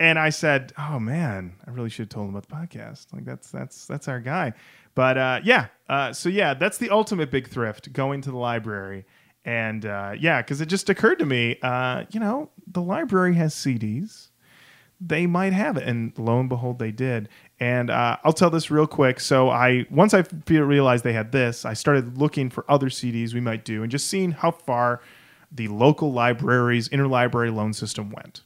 S1: And I said, "Oh man, I really should have told him about the podcast. Like that's that's that's our guy." But uh, yeah, uh, so yeah, that's the ultimate big thrift: going to the library. And uh, yeah, because it just occurred to me, uh, you know, the library has CDs. They might have it, and lo and behold, they did. And uh, I'll tell this real quick. So I once I fe- realized they had this, I started looking for other CDs we might do, and just seeing how far the local library's interlibrary loan system went.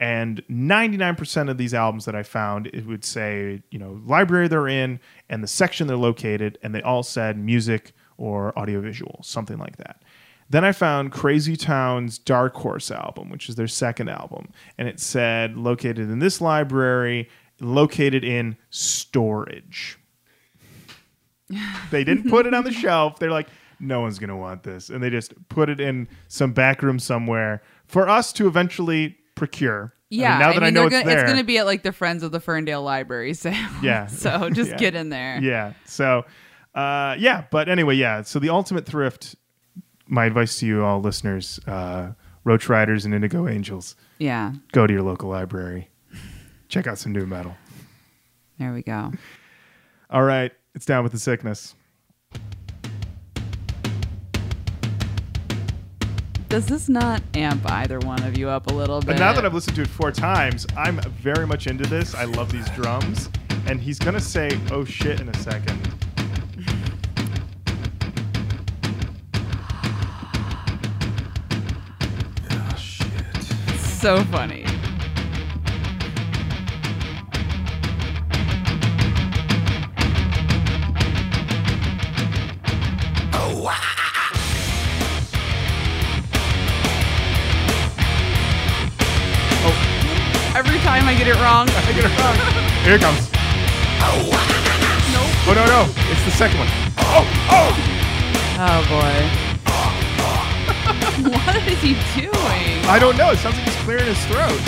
S1: And 99% of these albums that I found, it would say, you know, library they're in and the section they're located, and they all said music or audiovisual, something like that. Then I found Crazy Town's Dark Horse album, which is their second album, and it said located in this library, located in storage. They didn't put it on the shelf. They're like, no one's going to want this. And they just put it in some back room somewhere for us to eventually procure. I mean,
S3: Yeah,
S1: now that I,
S3: mean,
S1: know
S3: they're
S1: it's
S3: gonna,
S1: there.
S3: it's gonna be at like the Friends of the Ferndale Library sale.
S1: Yeah.
S3: so just
S1: Yeah.
S3: get in there.
S1: yeah. So, uh, yeah. But anyway, yeah. So the ultimate thrift, my advice to you all listeners, uh, Roach Riders and Indigo Angels,
S3: yeah.
S1: go to your local library. Check out some new metal.
S3: There we go.
S1: All right. It's down with the sickness.
S3: Does this not amp either one of you up a little bit?
S1: But now that I've listened to it four times, I'm very much into this. I love these drums. And he's going to say, oh shit, in a second.
S3: so funny. Oh. Every time I get it wrong,
S1: I get it wrong. Here it comes.
S3: nope.
S1: Oh, no, no. It's the second one.
S3: Oh boy. what is he doing?
S1: I don't know. It sounds like he's clearing his throat.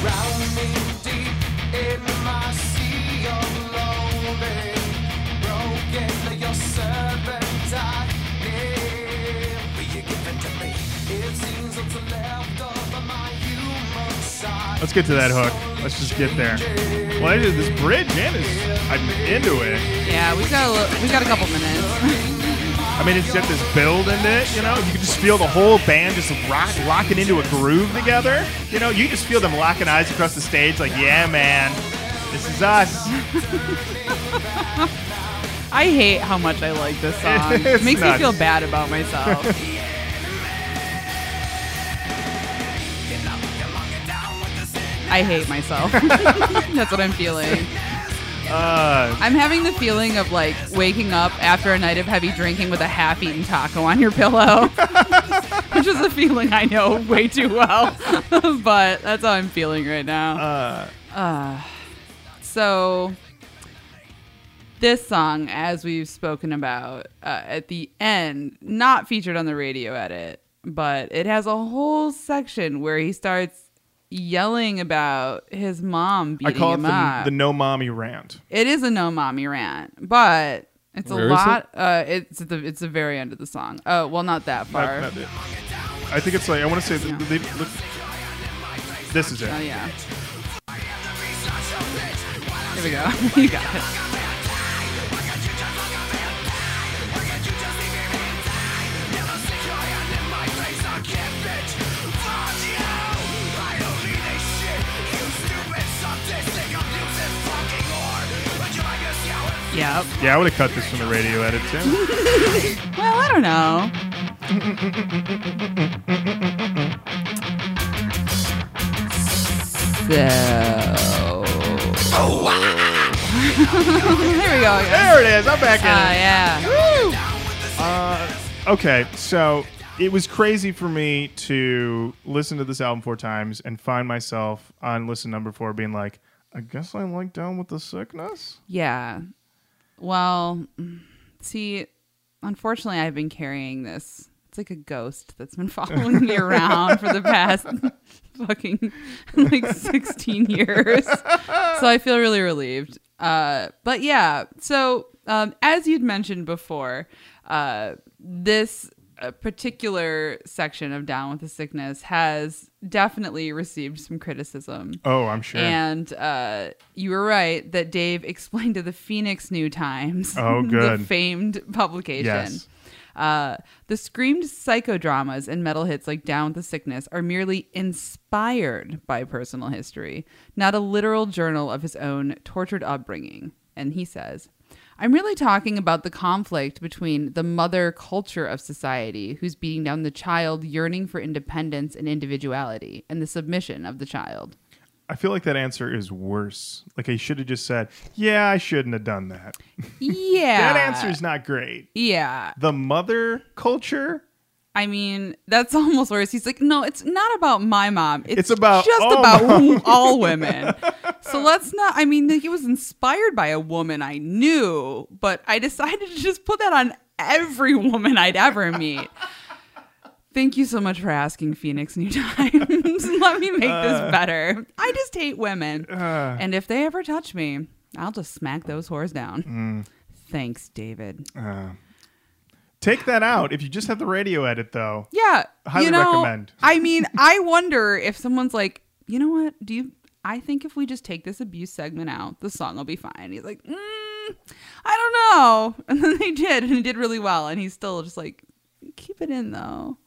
S2: Drowning deep in my sea of lonely, broken your servant I live. Will you give it to me? It seems what's left of my human side.
S1: Let's get to that hook. Let's just get there. Well, I did this bridge and it's, I'm into it.
S3: Yeah, we got a li- we got a couple minutes.
S1: I mean, it's got this build in it, you know? You can just feel the whole band just rock, rocking into a groove together. You know, you just feel them locking eyes across the stage like, yeah, man, this is us.
S3: I hate how much I like this song.
S1: It's
S3: It makes
S1: nuts.
S3: me feel bad about myself. I hate myself. That's what I'm feeling.
S1: Uh,
S3: I'm having the feeling of like waking up after a night of heavy drinking with a half eaten taco on your pillow, which is a feeling I know way too well. but that's how I'm feeling right now.
S1: uh,
S3: So, this song, as we've spoken about uh, at the end, not featured on the radio edit, but it has a whole section where he starts yelling about his
S1: I
S3: mom beating
S1: call it
S3: him
S1: the,
S3: up.
S1: the no mommy rant.
S3: it is a no mommy rant, but it's
S4: Where
S3: a
S4: is
S3: lot. Uh, it's at the it's the very end of the song. Oh, well, not that far.
S1: Not- not it. I think it's like, I want to say, that
S3: Yeah.
S1: they, look, This is it.
S3: Oh yeah. Here we go. you got it. Yep.
S1: Yeah, I would have cut this from the radio edit too.
S3: Well, I don't know. so. Oh, there we go. again.
S1: There it is. I'm back in.
S3: Ah, yeah.
S1: Okay, so it was crazy for me to listen to this album four times and find myself on listen number four being like, I guess I like Down with the Sickness.
S3: Yeah. Well, see, unfortunately, I've been carrying this. It's like a ghost that's been following me around for the past fucking like 16 years. So I feel really relieved. Uh, but yeah, so um, as you'd mentioned before, uh, this uh, particular section of Down with the Sickness has definitely received some criticism.
S1: Oh, I'm sure.
S3: And uh, you were right that Dave explained to the Phoenix New Times,
S1: Oh,
S3: the
S1: good.
S3: famed publication.
S1: Yes.
S3: Uh, the screamed psychodramas and metal hits like Down with the Sickness are merely inspired by personal history, not a literal journal of his own tortured upbringing. And he says, I'm really talking about the conflict between the mother culture of society, who's beating down the child yearning for independence and individuality, and the submission of the child.
S1: I feel like that answer is worse. Like I should have just said, Yeah, I shouldn't have done that.
S3: Yeah.
S1: That answer's not great.
S3: Yeah.
S1: The mother culture.
S3: I mean, that's almost worse. He's like, no, it's not about my mom. It's,
S1: It's about
S3: just
S1: all
S3: about w- all women. so let's not. I mean, like, it was inspired by a woman I knew, but I decided to just put that on every woman I'd ever meet. Thank you so much for asking, Phoenix New Times. Let me make
S1: Uh.
S3: this better. I just hate women, and if they ever touch me, I'll just smack those whores down.
S1: Mm.
S3: Thanks, David.
S1: Uh. Take that out. If you just have the radio edit though.
S3: Yeah.
S1: Highly
S3: you know,
S1: recommend.
S3: I mean, I wonder if someone's like, you know what? Do you? I think if we just take this abuse segment out, the song will be fine. He's like, mm, I don't know. And then they did, and it did really well. And he's still just like, keep it in though.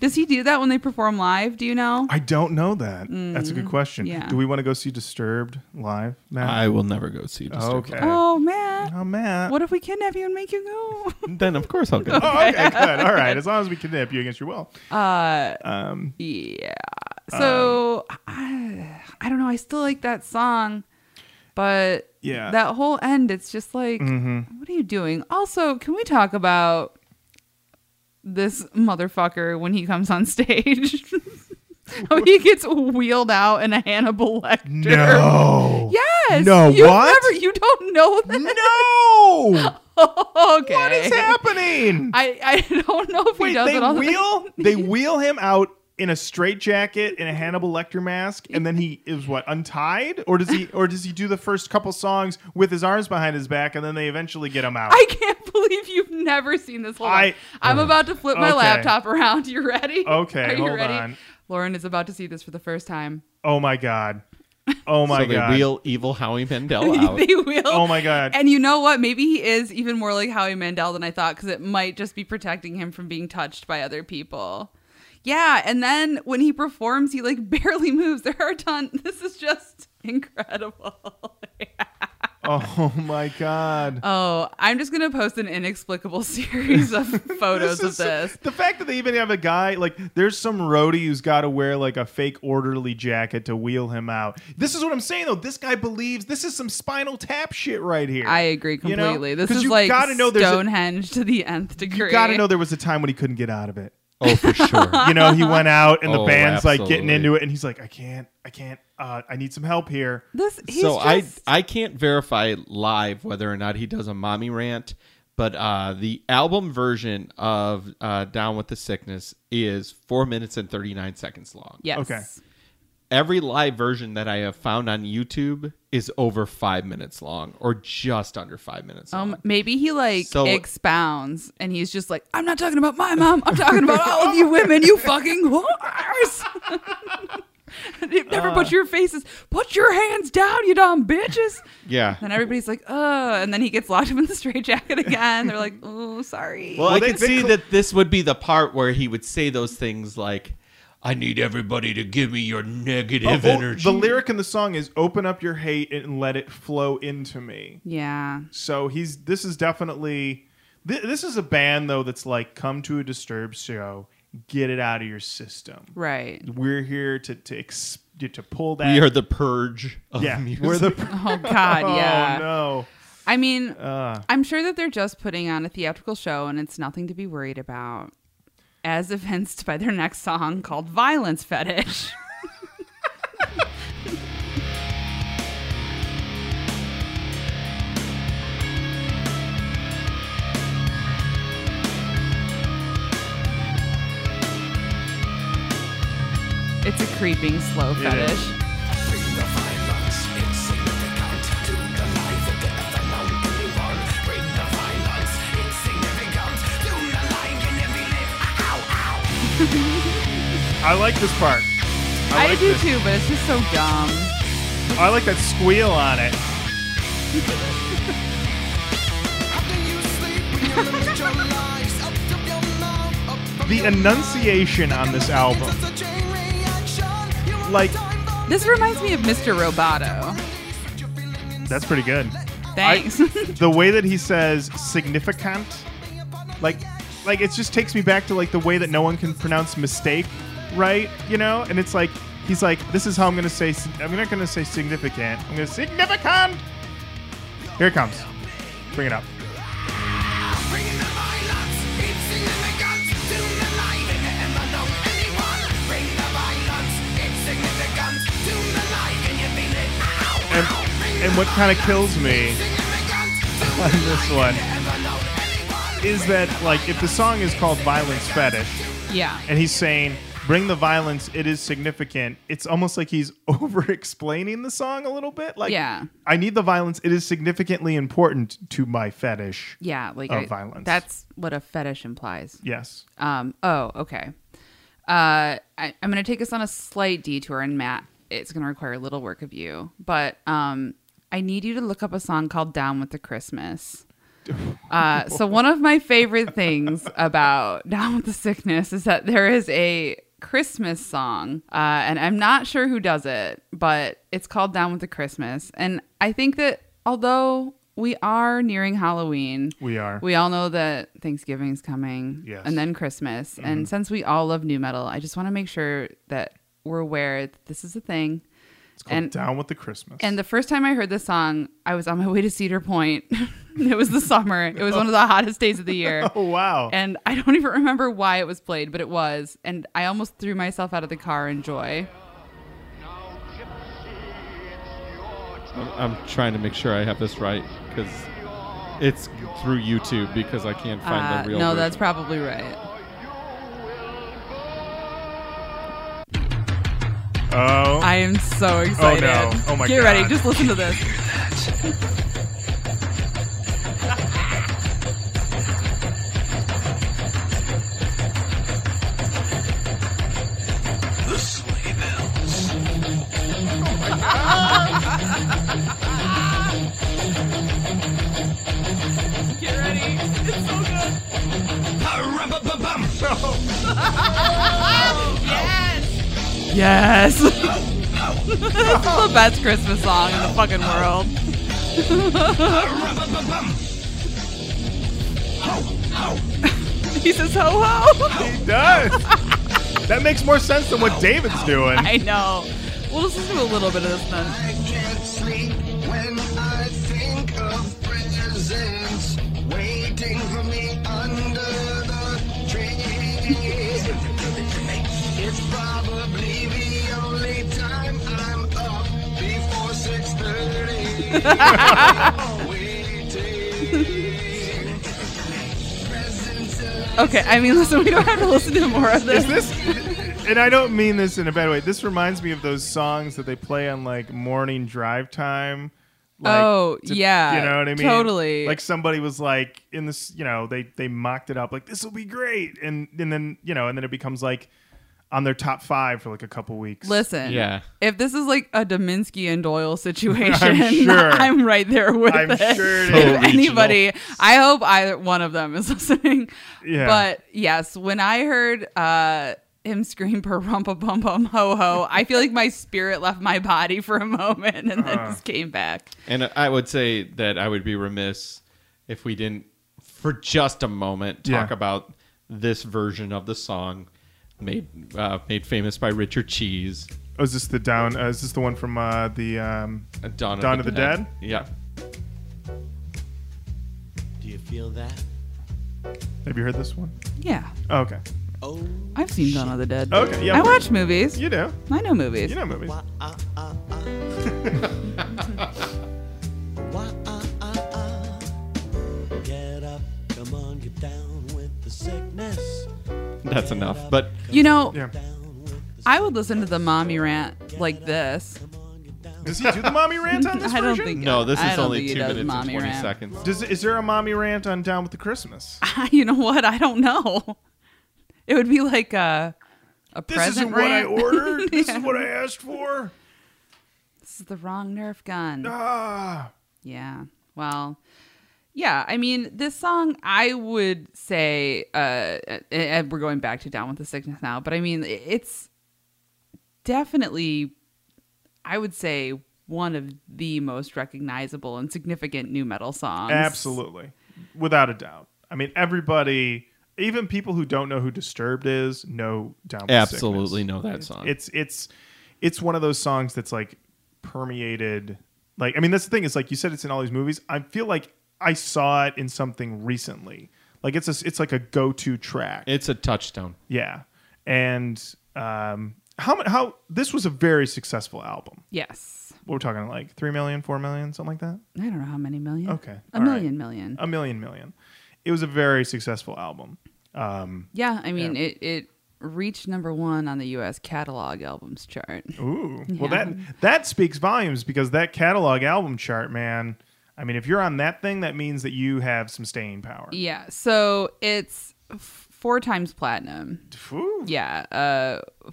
S3: Does he do that when they perform live? Do you know?
S1: I don't know that. That's a good question.
S3: Mm, yeah.
S1: Do we want to go see Disturbed live, Matt?
S4: I will never go see. Disturbed.
S1: okay.
S3: Oh, Matt.
S1: oh, Matt.
S3: What if we kidnap you and make you go?
S4: Then of course I'll go.
S1: Oh, okay, good. All right. As long as we kidnap you against your will.
S3: Uh,
S1: Um,
S3: Yeah. So I, I don't know. I still like that song, but
S1: Yeah. Mm-hmm.
S3: that whole end, it's just like, what are you doing? Also, can we talk about this motherfucker when he comes on stage? How he gets wheeled out in a Hannibal Lecter?
S1: No.
S3: Yes.
S1: No,
S3: you
S1: what?
S3: Never, you don't know that.
S1: No.
S3: okay.
S1: What is happening?
S3: I, I don't know if he
S1: Wait,
S3: does
S1: they
S3: it all the
S1: wheel they wheel him out in a straitjacket and a Hannibal Lecter mask, and then he is what untied, or does he, or does he do the first couple songs with his arms behind his back, and then they eventually get him out?
S3: I can't believe you've never seen this. Hold
S1: I-
S3: on. I'm about to flip my
S1: Okay.
S3: laptop around. You ready?
S1: Okay,
S3: Are you
S1: hold
S3: ready?
S1: on.
S3: Lauren is about to see this for the first time.
S1: oh my god! Oh my
S4: so they
S1: god!
S4: wheel evil Howie Mandel out.
S3: they will.
S1: Oh my god!
S3: And you know what? Maybe he is even more like Howie Mandel than I thought because it might just be protecting him from being touched by other people. Yeah, and then when he performs, he like barely moves. There are ton. This is just incredible.
S1: oh my god!
S3: oh, I'm just gonna post an inexplicable series of photos of
S1: is so-
S3: this.
S1: the fact that they even have a guy like there's some roadie who's got to wear like a fake orderly jacket to wheel him out. This is what I'm saying though. This guy believes this is some Spinal Tap shit right here.
S3: I agree
S1: You know?
S3: completely. This
S1: 'Cause
S3: is
S1: you
S3: like
S1: gotta know there's a-
S3: Stonehenge to the nth degree.
S1: You got to know there was a time when he couldn't get out of it.
S4: Oh, for sure.
S1: You know, he went out and the
S4: Oh,
S1: band's like getting
S4: absolutely.
S1: into it, and he's like, I can't, I can't, uh, I need some help here.
S3: this. He's
S4: so I
S3: just-
S4: I can't verify live whether or not he does a mommy rant, but uh, the album version of uh, "Down with the Sickness" is four minutes and thirty nine seconds long.
S3: yes.
S1: Okay.
S4: Every live version that I have found on YouTube is over five minutes long, or just under five minutes. Long.
S3: Um, maybe he like
S4: So-
S3: expounds, and he's just like, "I'm not talking about my mom. I'm talking about all of you women, you fucking whores." Never
S4: Uh.
S3: put your faces. Put your hands down, you dumb bitches.
S4: Yeah.
S3: And everybody's like, oh. And then he gets locked up in the straitjacket again. They're like, oh, sorry.
S4: Well, I
S1: they-
S4: can
S1: they
S4: see
S1: cl-
S4: that this would be the part where he would say those things like, "I need everybody to give me your negative
S1: Oh, oh,
S4: energy."
S1: The lyric in the song is "Open up your hate and let it flow into me."
S3: yeah.
S1: So he's this is definitely thi- this is a band though that's like come to a disturbed show, get it out of your system.
S3: Right.
S1: We're here to to ex- to pull that.
S4: we are the purge of
S1: yeah,
S4: music.
S1: we're the
S3: Oh, God.
S1: oh
S3: Yeah.
S1: no.
S3: I mean,
S1: Uh,
S3: I'm sure that they're just putting on a theatrical show and it's nothing to be worried about, as evinced by their next song called Violence Fetish. It's a creeping slow
S1: It is.
S3: fetish.
S1: I like this part. I,
S3: I,
S1: like
S3: do
S1: this.
S3: too, but it's just so dumb.
S1: I like that squeal on it. The enunciation on this album. Like-
S3: This reminds me of Mr. Roboto.
S1: That's pretty good.
S3: Thanks.
S1: The way that he says significant, like, like it just takes me back to like the way that no one can pronounce mistake, right? You know, and it's like he's like, this is how I'm gonna say. sig- I'm not gonna say significant. I'm gonna significant. Here it comes. Bring it up. And and what kind of kills me on this one is that like if the song is called Violence Fetish,
S3: yeah.
S1: and he's saying bring the violence it is significant it's almost like he's over explaining the song a little bit like
S3: Yeah.
S1: i need the violence it is significantly important to my fetish
S3: Yeah, like
S1: of
S3: I-
S1: violence.
S3: That's what a fetish implies.
S1: yes
S3: Um. Oh, okay. Uh, I, I'm gonna take us on a slight detour, and Matt, it's gonna require a little work of you, but um, I need you to look up a song called "Down with the Christmas." Uh, so one of my favorite things about Down with the Sickness is that there is a Christmas song, uh, and I'm not sure who does it, but it's called Down with the Christmas, and I think that although we are nearing Halloween,
S1: we are
S3: we all know that Thanksgiving is coming,
S1: Yes. Mm-hmm.
S3: and then Christmas. And since we all love new metal, I just want to make sure that we're aware that this is a thing.
S1: it's called
S3: and-
S1: down with the christmas
S3: And the first time I heard this song, I was on my way to Cedar Point. it was the summer. It was one of the hottest days of the year.
S1: oh wow
S3: And I don't even remember why it was played, but it was. And I almost threw myself out of the car in joy.
S4: I'm, I'm trying to make sure I have this right because it's through YouTube because I can't find
S3: Uh,
S4: the real.
S3: no,
S4: version.
S3: that's probably right.
S1: oh
S3: I am so excited.
S1: Oh, my
S3: Get
S1: God.
S3: ready. Just listen to this. Yes. this is the best Christmas song in the fucking world. he says ho ho.
S1: he does that makes more sense than what david's doing
S3: I know. We'll just listen to a little bit of this then.
S2: I can't sleep when I think of presents waiting for me under the tree. It's probably the only time I'm up before 6.30. waiting. Presents alive.
S3: Okay, I mean, listen, we don't have to listen to more of
S1: is
S3: this.
S1: this and i don't mean this in a bad way this reminds me of those songs that they play on like morning drive time like,
S3: Oh, yeah,
S1: you know what i mean
S3: totally.
S1: like somebody was like in this you know they they mocked it up like this will be great and and then you know and then it becomes like on their top five for like a couple weeks.
S3: Listen,
S4: Yeah.
S3: If this is like a Dominsky and Doyle situation,
S1: I'm sure.
S3: I'm right there with
S1: I'm
S3: it.
S1: sure it is.
S4: So
S3: If
S4: regional.
S3: anybody, I hope either one of them is listening.
S1: Yeah.
S3: But yes, when I heard uh, him scream per rumpa bum bum ho ho, I feel like my spirit left my body for a moment and
S1: Uh-huh.
S3: then just came back.
S4: And I would say that I would be remiss if we didn't, for just a moment, talk
S1: Yeah.
S4: about this version of the song made uh, made famous by Richard Cheese.
S1: Oh, is this the down? Uh, is this the one from uh, the? Um,
S4: uh, Dawn,
S1: Dawn of
S4: of the,
S1: the
S4: Dead.
S1: Dead?
S4: Yeah.
S5: Do you feel that?
S1: have you heard this one?
S3: Yeah.
S1: Oh, okay.
S5: Oh,
S3: I've seen Dawn of the Dead.
S1: Okay. Yeah.
S3: I watch movies.
S1: You do.
S3: I know movies.
S1: You know movies.
S5: wah ah ah ah. wah ah ah ah. Get up, come on, get down with the sickness.
S4: That's enough. But
S3: You know,
S1: Yeah.
S5: Down with the
S3: I would listen to the mommy rant like this.
S1: Does he do the mommy rant on this
S3: I don't
S1: version?
S3: think.
S4: no, this
S3: I
S4: is
S3: don't
S4: only
S3: think he
S4: two
S3: does
S4: minutes and
S3: mommy
S4: twenty
S3: rant.
S4: seconds.
S1: Does is there a mommy rant on Down with the Christmas?
S3: you know what? I don't know. It would be like a a
S1: This
S3: present
S1: isn't what I
S3: rant.
S1: ordered. This is what I asked for.
S3: This is the wrong Nerf gun.
S1: Ah.
S3: Yeah. Well, yeah. I mean, this song, I would say, uh, and we're going back to Down with the Sickness now, but I mean, it's definitely, I would say, one of the most recognizable and significant new metal songs.
S1: Absolutely. Without a doubt. I mean, everybody, even people who don't know who Disturbed is, know Down with Sickness.
S4: Absolutely know that song.
S1: It's it's it's one of those songs that's like permeated like I mean that's the thing is like you said it's in all these movies. I feel like I saw it in something recently. Like it's a, it's like a go-to track.
S4: it's a touchstone.
S1: yeah. And um how mu- how this was a very successful album.
S3: Yes.
S1: What we're talking like 3 million, 4 million, something like that.
S3: I don't know how many million.
S1: Okay.
S3: A
S1: All right. Uh,
S3: million million.
S1: A million million. It was a very successful album. Um
S3: Yeah, I mean
S1: Yeah.
S3: it it reached number 1 on the US catalog albums chart.
S1: Ooh. Well,
S3: Yeah.
S1: that that speaks volumes because that catalog album chart, man. I mean, if you're on that thing, that means that you have some staying power.
S3: Yeah, so it's f- four times platinum.
S1: Ooh.
S3: Yeah, uh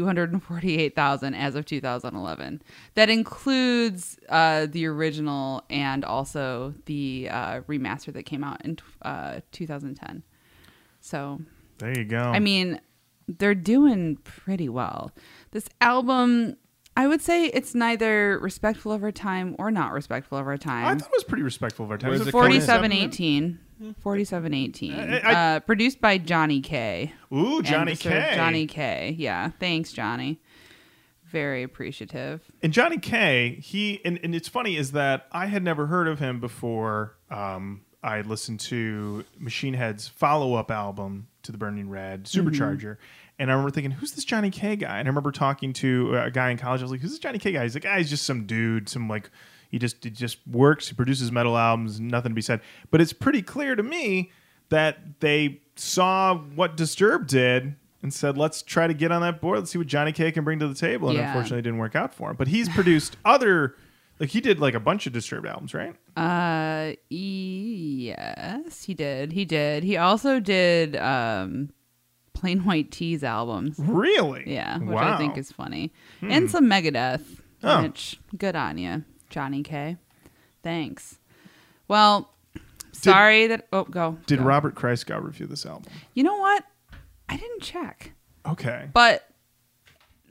S3: 4,248,000 as of 2011. That includes uh the original and also the uh remaster that came out in uh 2010. So
S1: There you go.
S3: I mean, they're doing pretty well. This album, I would say it's neither respectful of our time or not respectful of our
S1: I
S3: time.
S1: thought it was pretty respectful of our time.
S4: Where's
S1: Is it
S4: it coming in?
S3: 4718. 4718.
S1: I- I-
S3: uh, produced by Johnny K.
S1: Ooh,
S3: And
S1: Johnny
S3: so
S1: K.
S3: Johnny K. Yeah. Thanks, Johnny. Very appreciative.
S1: and Johnny K. He and, and it's funny is that I had never heard of him before. Um, I listened to Machine Head's follow-up album to the Burning Red Supercharger, and I remember thinking, "Who's this Johnny K. guy?" And I remember talking to a guy in college. I was like, "Who's this Johnny K. guy?" He's like, "Ah, "He's just some dude, some like." He just he just works. He produces metal albums. Nothing to be said. But it's pretty clear to me that they saw what Disturbed did and said, "Let's try to get on that board. Let's see what Johnny K can bring to the table." And
S3: Yeah.
S1: unfortunately, it didn't work out for him. But he's produced other, like he did like a bunch of Disturbed albums, right?
S3: Uh, yes, he did. He did. He also did um, Plain White Tees albums.
S1: Really?
S3: Yeah, which
S1: wow. Hmm.
S3: I think is funny. And some Megadeth,
S1: Oh.
S3: which good on you, Johnny K. Thanks. Well,
S1: Did-
S3: sorry that. Oh, go.
S1: Did
S3: go.
S1: Robert Kreisgau review this album?
S3: You know what? I didn't check,
S1: Okay.
S3: but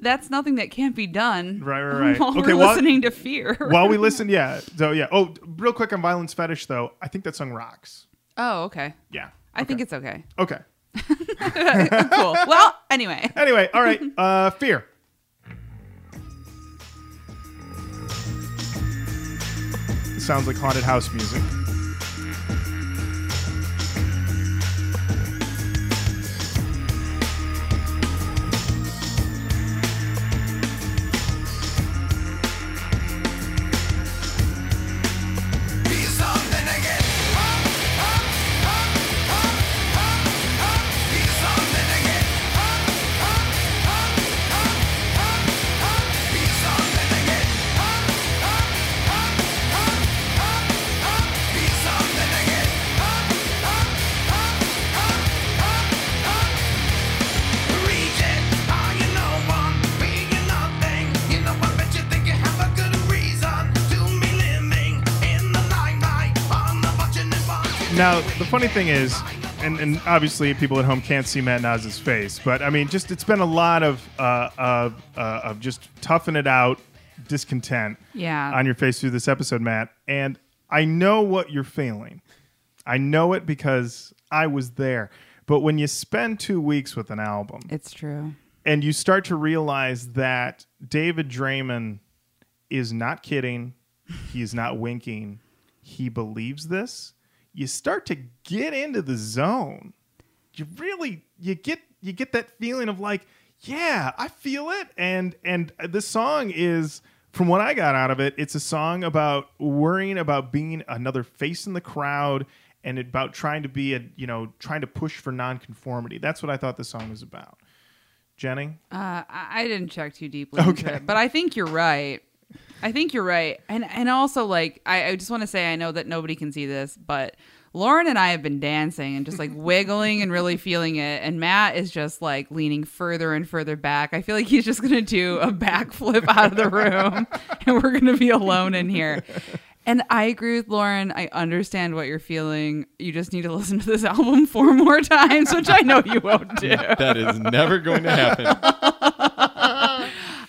S3: that's nothing that can't be done.
S1: Right, right, right.
S3: While
S1: Okay,
S3: we're
S1: well-
S3: listening to Fear.
S1: While we listen, yeah. So yeah. Oh, real quick on Violence Fetish though, I think that song rocks.
S3: oh, okay.
S1: Yeah.
S3: I think it's okay.
S1: Okay.
S3: Cool. well, anyway.
S1: Anyway, all right. Uh, Fear. Sounds like haunted house music.
S2: Be something again. Up, up, up, up, up, up. Be something again. Up, up, up, up, up, up. Be something again. Up, up, up, up, up, up. Be
S1: Now, the funny thing is, and, and obviously people at home can't see Matt Naz's face, but I mean, just it's been a lot of uh, of, uh, of just toughing it out, discontent
S3: Yeah.
S1: on your face through this episode, Matt. And I know what you're feeling. I know it because I was there. But when you spend two weeks with an album,
S3: It's true.
S1: and you start to realize that David Draymond is not kidding. He is not winking. He believes this. You start to get into the zone. You really you get you get that feeling of like, yeah, I feel it. And and this song is from what I got out of it, it's a song about worrying about being another face in the crowd and about trying to be a you know trying to push for nonconformity. That's what I thought the song was about. Jenny?
S3: Uh, I I didn't check too deeply into
S1: Okay.
S3: it, but I think you're right. I think you're right, and and also like I, I just want to say I know that nobody can see this, but Lauren and I have been dancing and just like wiggling and really feeling it, and Matt is just like leaning further and further back. I feel like he's just gonna do a backflip out of the room, and we're gonna be alone in here. And I agree with Lauren. I understand what you're feeling. You just need to listen to this album four more times, which I know you won't do.
S4: that is never going to happen.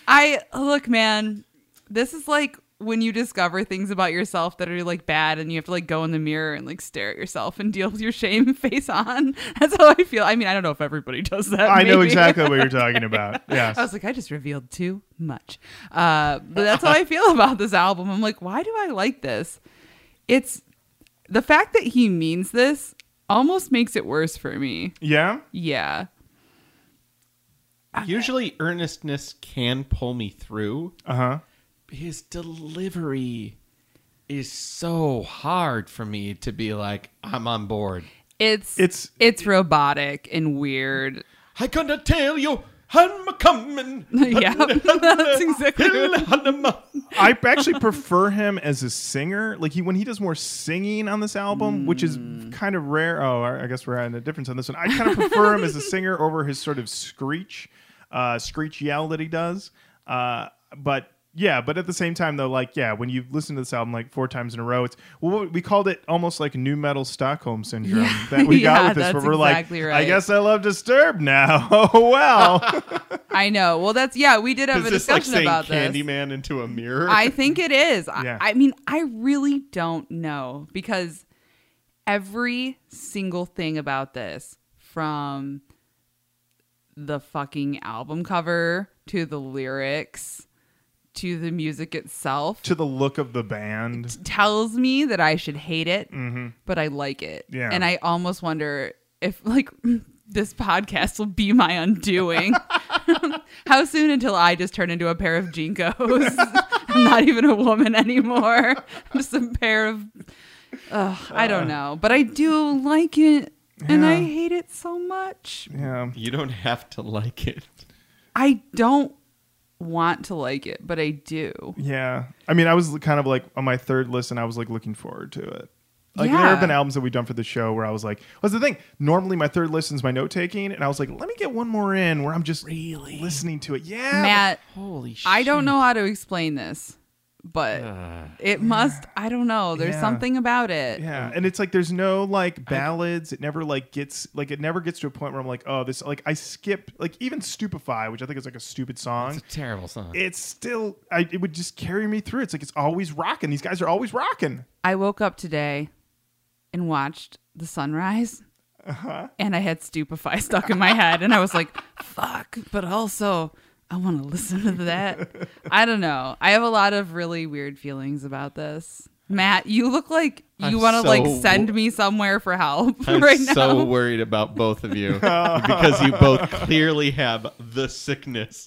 S3: I look, man, this is like when you discover things about yourself that are like bad and you have to like go in the mirror and like stare at yourself and deal with your shame face on. That's how I feel. I mean, I don't know if everybody does that.
S1: I know
S3: maybe.
S1: exactly what you're talking about. Yes.
S3: I was like, I just revealed too much. Uh, but that's how I feel about this album. I'm like, why do I like this? It's the fact that he means this almost makes it worse for me.
S1: yeah?
S3: Yeah.
S4: Usually, earnestness can pull me through.
S1: Uh huh.
S4: His delivery is so hard for me to be like, I'm on board.
S3: It's
S1: It's-
S3: it's robotic and weird.
S4: I gonna tell you, I'm a coming.
S3: yeah, that's exactly. What,
S1: I actually prefer him as a singer. Like he when he does more singing on this album, which is
S3: Hmm.
S1: kind of rare. Oh, I I guess we're at a difference on this one. I kind of prefer him as a singer over his sort of screech, uh, screech yell that he does. Uh, but yeah, but at the same time though, like yeah, when you listen to this album like four times in a row, it's well, we called it almost like new metal Stockholm syndrome that we
S3: Yeah,
S1: got with this,
S3: that's
S1: where we're
S3: exactly
S1: like,
S3: right.
S1: I guess I love Disturbed now. oh well,
S3: I know. Well, that's yeah. We did have
S4: Is
S3: a
S4: this like
S3: discussion
S4: saying
S3: about this.
S4: Candyman into a mirror?
S3: I think it is. I-
S1: Yeah.
S3: I, mean, I really don't know because every single thing about this, from the fucking album cover to the lyrics to the music itself,
S1: to the look of the band.
S3: tells me that I should hate it, but I like it.
S1: Mm-hmm. Yeah.
S3: And I almost wonder if like this podcast will be my undoing. How soon until I just turn into a pair of jinkos? I'm not even a woman anymore. I'm just a pair of Ugh, I don't know, but I do like it and I
S1: Uh. Yeah.
S3: hate it so much.
S1: Yeah.
S4: you don't have to like it.
S3: I don't want to like it, but I do.
S1: Yeah. I mean, I was kind of like on my third listen, I was like looking forward to it. Like there have
S3: Yeah.
S1: been albums that we've done for the show where I was like, "What's the thing?" Normally, my third listen's my note taking, and I was like, "Let me get one more in where I'm just really listening to it." Yeah,
S3: Matt,
S4: Holy shit.
S3: I don't know how to explain this, but it must. I don't know. There's
S1: Yeah.
S3: something about it.
S1: yeah. And it's like there's no like ballads. It never like gets like it never gets to a point where I'm like, "Oh, this." Like I skip like even "Stupefy," which I think is like a stupid song.
S4: It's a terrible song.
S1: it's still, I, it would just carry me through. It's like it's always rocking. These guys are always rocking.
S3: I woke up today and watched the sunrise,
S4: Uh-huh.
S3: and I had Stupefy stuck in my head, and I was like, "Fuck!" But also, I want to listen to that. I don't know. I have a lot of really weird feelings about this. Matt, you look like you
S4: I'm
S3: want to
S4: so
S3: like
S4: wo-
S3: send me somewhere for help
S4: I'm
S3: right
S4: so
S3: now.
S4: worried about both of you because you both clearly have the sickness.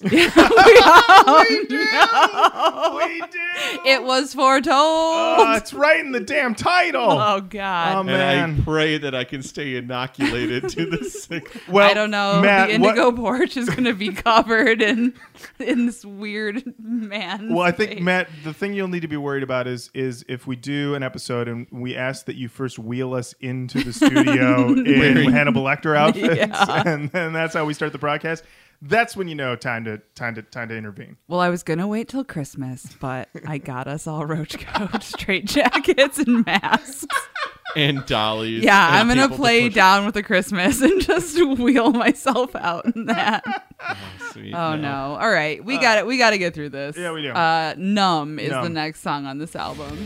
S1: We do.
S3: It was foretold.
S1: Uh, it's right in the damn title.
S3: oh God.
S1: Um,
S4: And I
S1: Man.
S4: pray that I can stay inoculated to the sickness.
S1: well,
S3: I don't know.
S1: Matt,
S3: the
S1: what-
S3: indigo porch is going to be covered in in this weird man.
S1: well, I think Matt, the thing you'll need to be worried about is is if we do an episode and we ask that you first wheel us into the studio in
S4: Wearing-
S1: Hannibal Lecter outfits, and then that's how we start the broadcast. That's when you know time to time to time to intervene.
S3: Well, I was going to wait till Christmas, but I got us all roach coat, straight jackets, and masks.
S4: and dollies.
S3: Yeah,
S4: and
S3: I'm gonna
S4: people to
S3: play
S4: push-
S3: down with the Christmas and just wheel myself out in that.
S4: Sweet,
S3: Oh no. All right. We got it. We got to get through this.
S1: Uh, Yeah, we do.
S3: Uh, Numb is the
S1: Numb.
S3: next song on this album.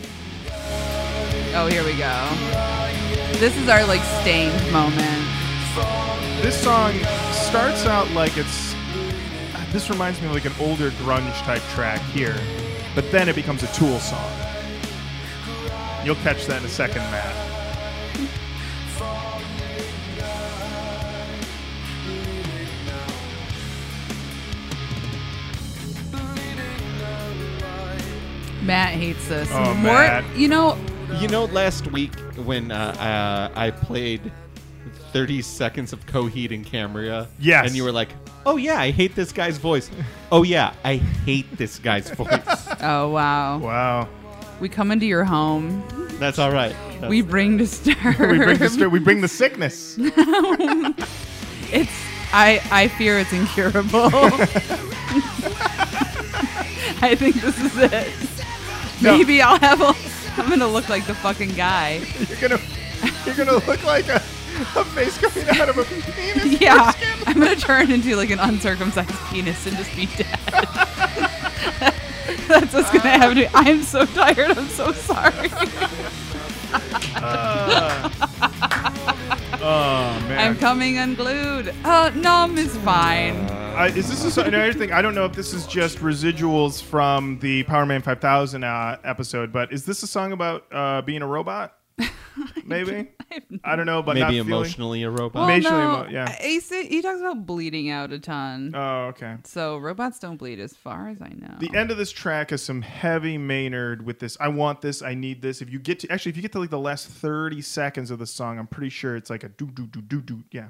S3: Oh, here we go. This is our like stained moment.
S1: This song starts out like it's. This reminds me of like an older grunge type track here, but then it becomes a Tool song. You'll catch that in a second, Matt.
S3: Matt hates this.
S1: Oh,
S3: More,
S1: Matt.
S3: you know,
S4: You know, last week when uh, uh, I played 30 seconds of Coheed and Cambria,
S1: Yes.
S4: and you were like, "Oh yeah, I hate this guy's voice." oh yeah, I hate this guy's voice.
S3: oh wow.
S1: Wow.
S3: We come into your home.
S4: That's all right. That's-
S3: We bring disturb.
S1: We bring the we bring the sickness.
S3: It's I I fear it's incurable. I think this is it.
S1: No.
S3: Maybe I'll have a I'm gonna look like the fucking guy.
S1: You're gonna you're gonna look like a, a face coming out of a penis.
S3: Yeah. I'm gonna turn into like an uncircumcised penis and just be dead. That's what's gonna happen
S1: Uh.
S3: to me. I'm so tired, I'm so sorry.
S1: Oh man.
S3: I'm coming unglued. Uh numb is fine.
S1: I, Uh, is this a, so- another thing? I don't know if this is just residuals from the Power Man 5000 uh, episode, but is this a song about uh, being a robot? Maybe. I don't know, but not
S4: maybe
S1: feeling-
S4: emotionally a robot.
S3: Well,
S1: Majorly
S3: no,
S1: emo- yeah.
S3: Ace, he talks about bleeding out a ton.
S1: Oh, okay.
S3: So robots don't bleed, as far as I know.
S1: The end of this track is some heavy Maynard with this. I want this. I need this. If you get to actually, if you get to like the last thirty seconds of the song, I'm pretty sure it's like a do do do do do. Yeah.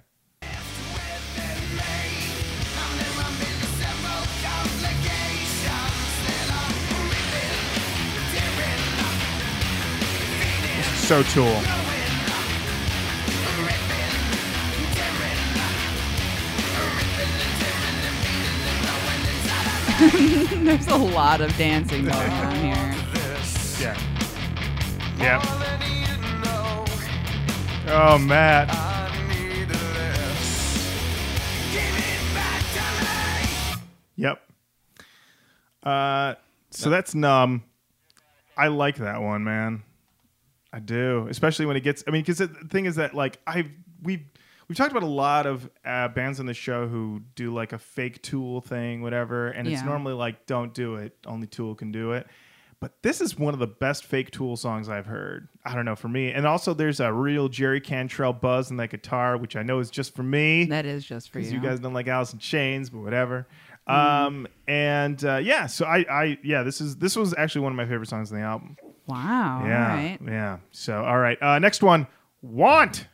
S1: So Tool. e-,
S3: There's a lot of dancing going on here.
S1: Yeah. Yeah. Oh, Matt. Yep. Uh, so that's numb. I like that one, man. I do, especially when it gets. I mean, because the thing is that like I have we've we've talked about a lot of uh, bands on the show who do like a fake Tool thing, whatever, and it's
S3: Yeah.
S1: normally like don't do it, only Tool can do it. But this is one of the best fake Tool songs I've heard. I don't know for me, and also there's a real Jerry Cantrell buzz in that guitar, which I know is just for me
S3: That is just for
S1: because
S3: you.
S1: you guys don't like Alice in Chains, but whatever.
S3: Mm-hmm.
S1: Um, and uh, yeah, so I, I, yeah, this is this was actually one of my favorite songs on the album.
S3: wow.
S1: yeah,
S3: All right.
S1: yeah. So all right, uh, next one, Want.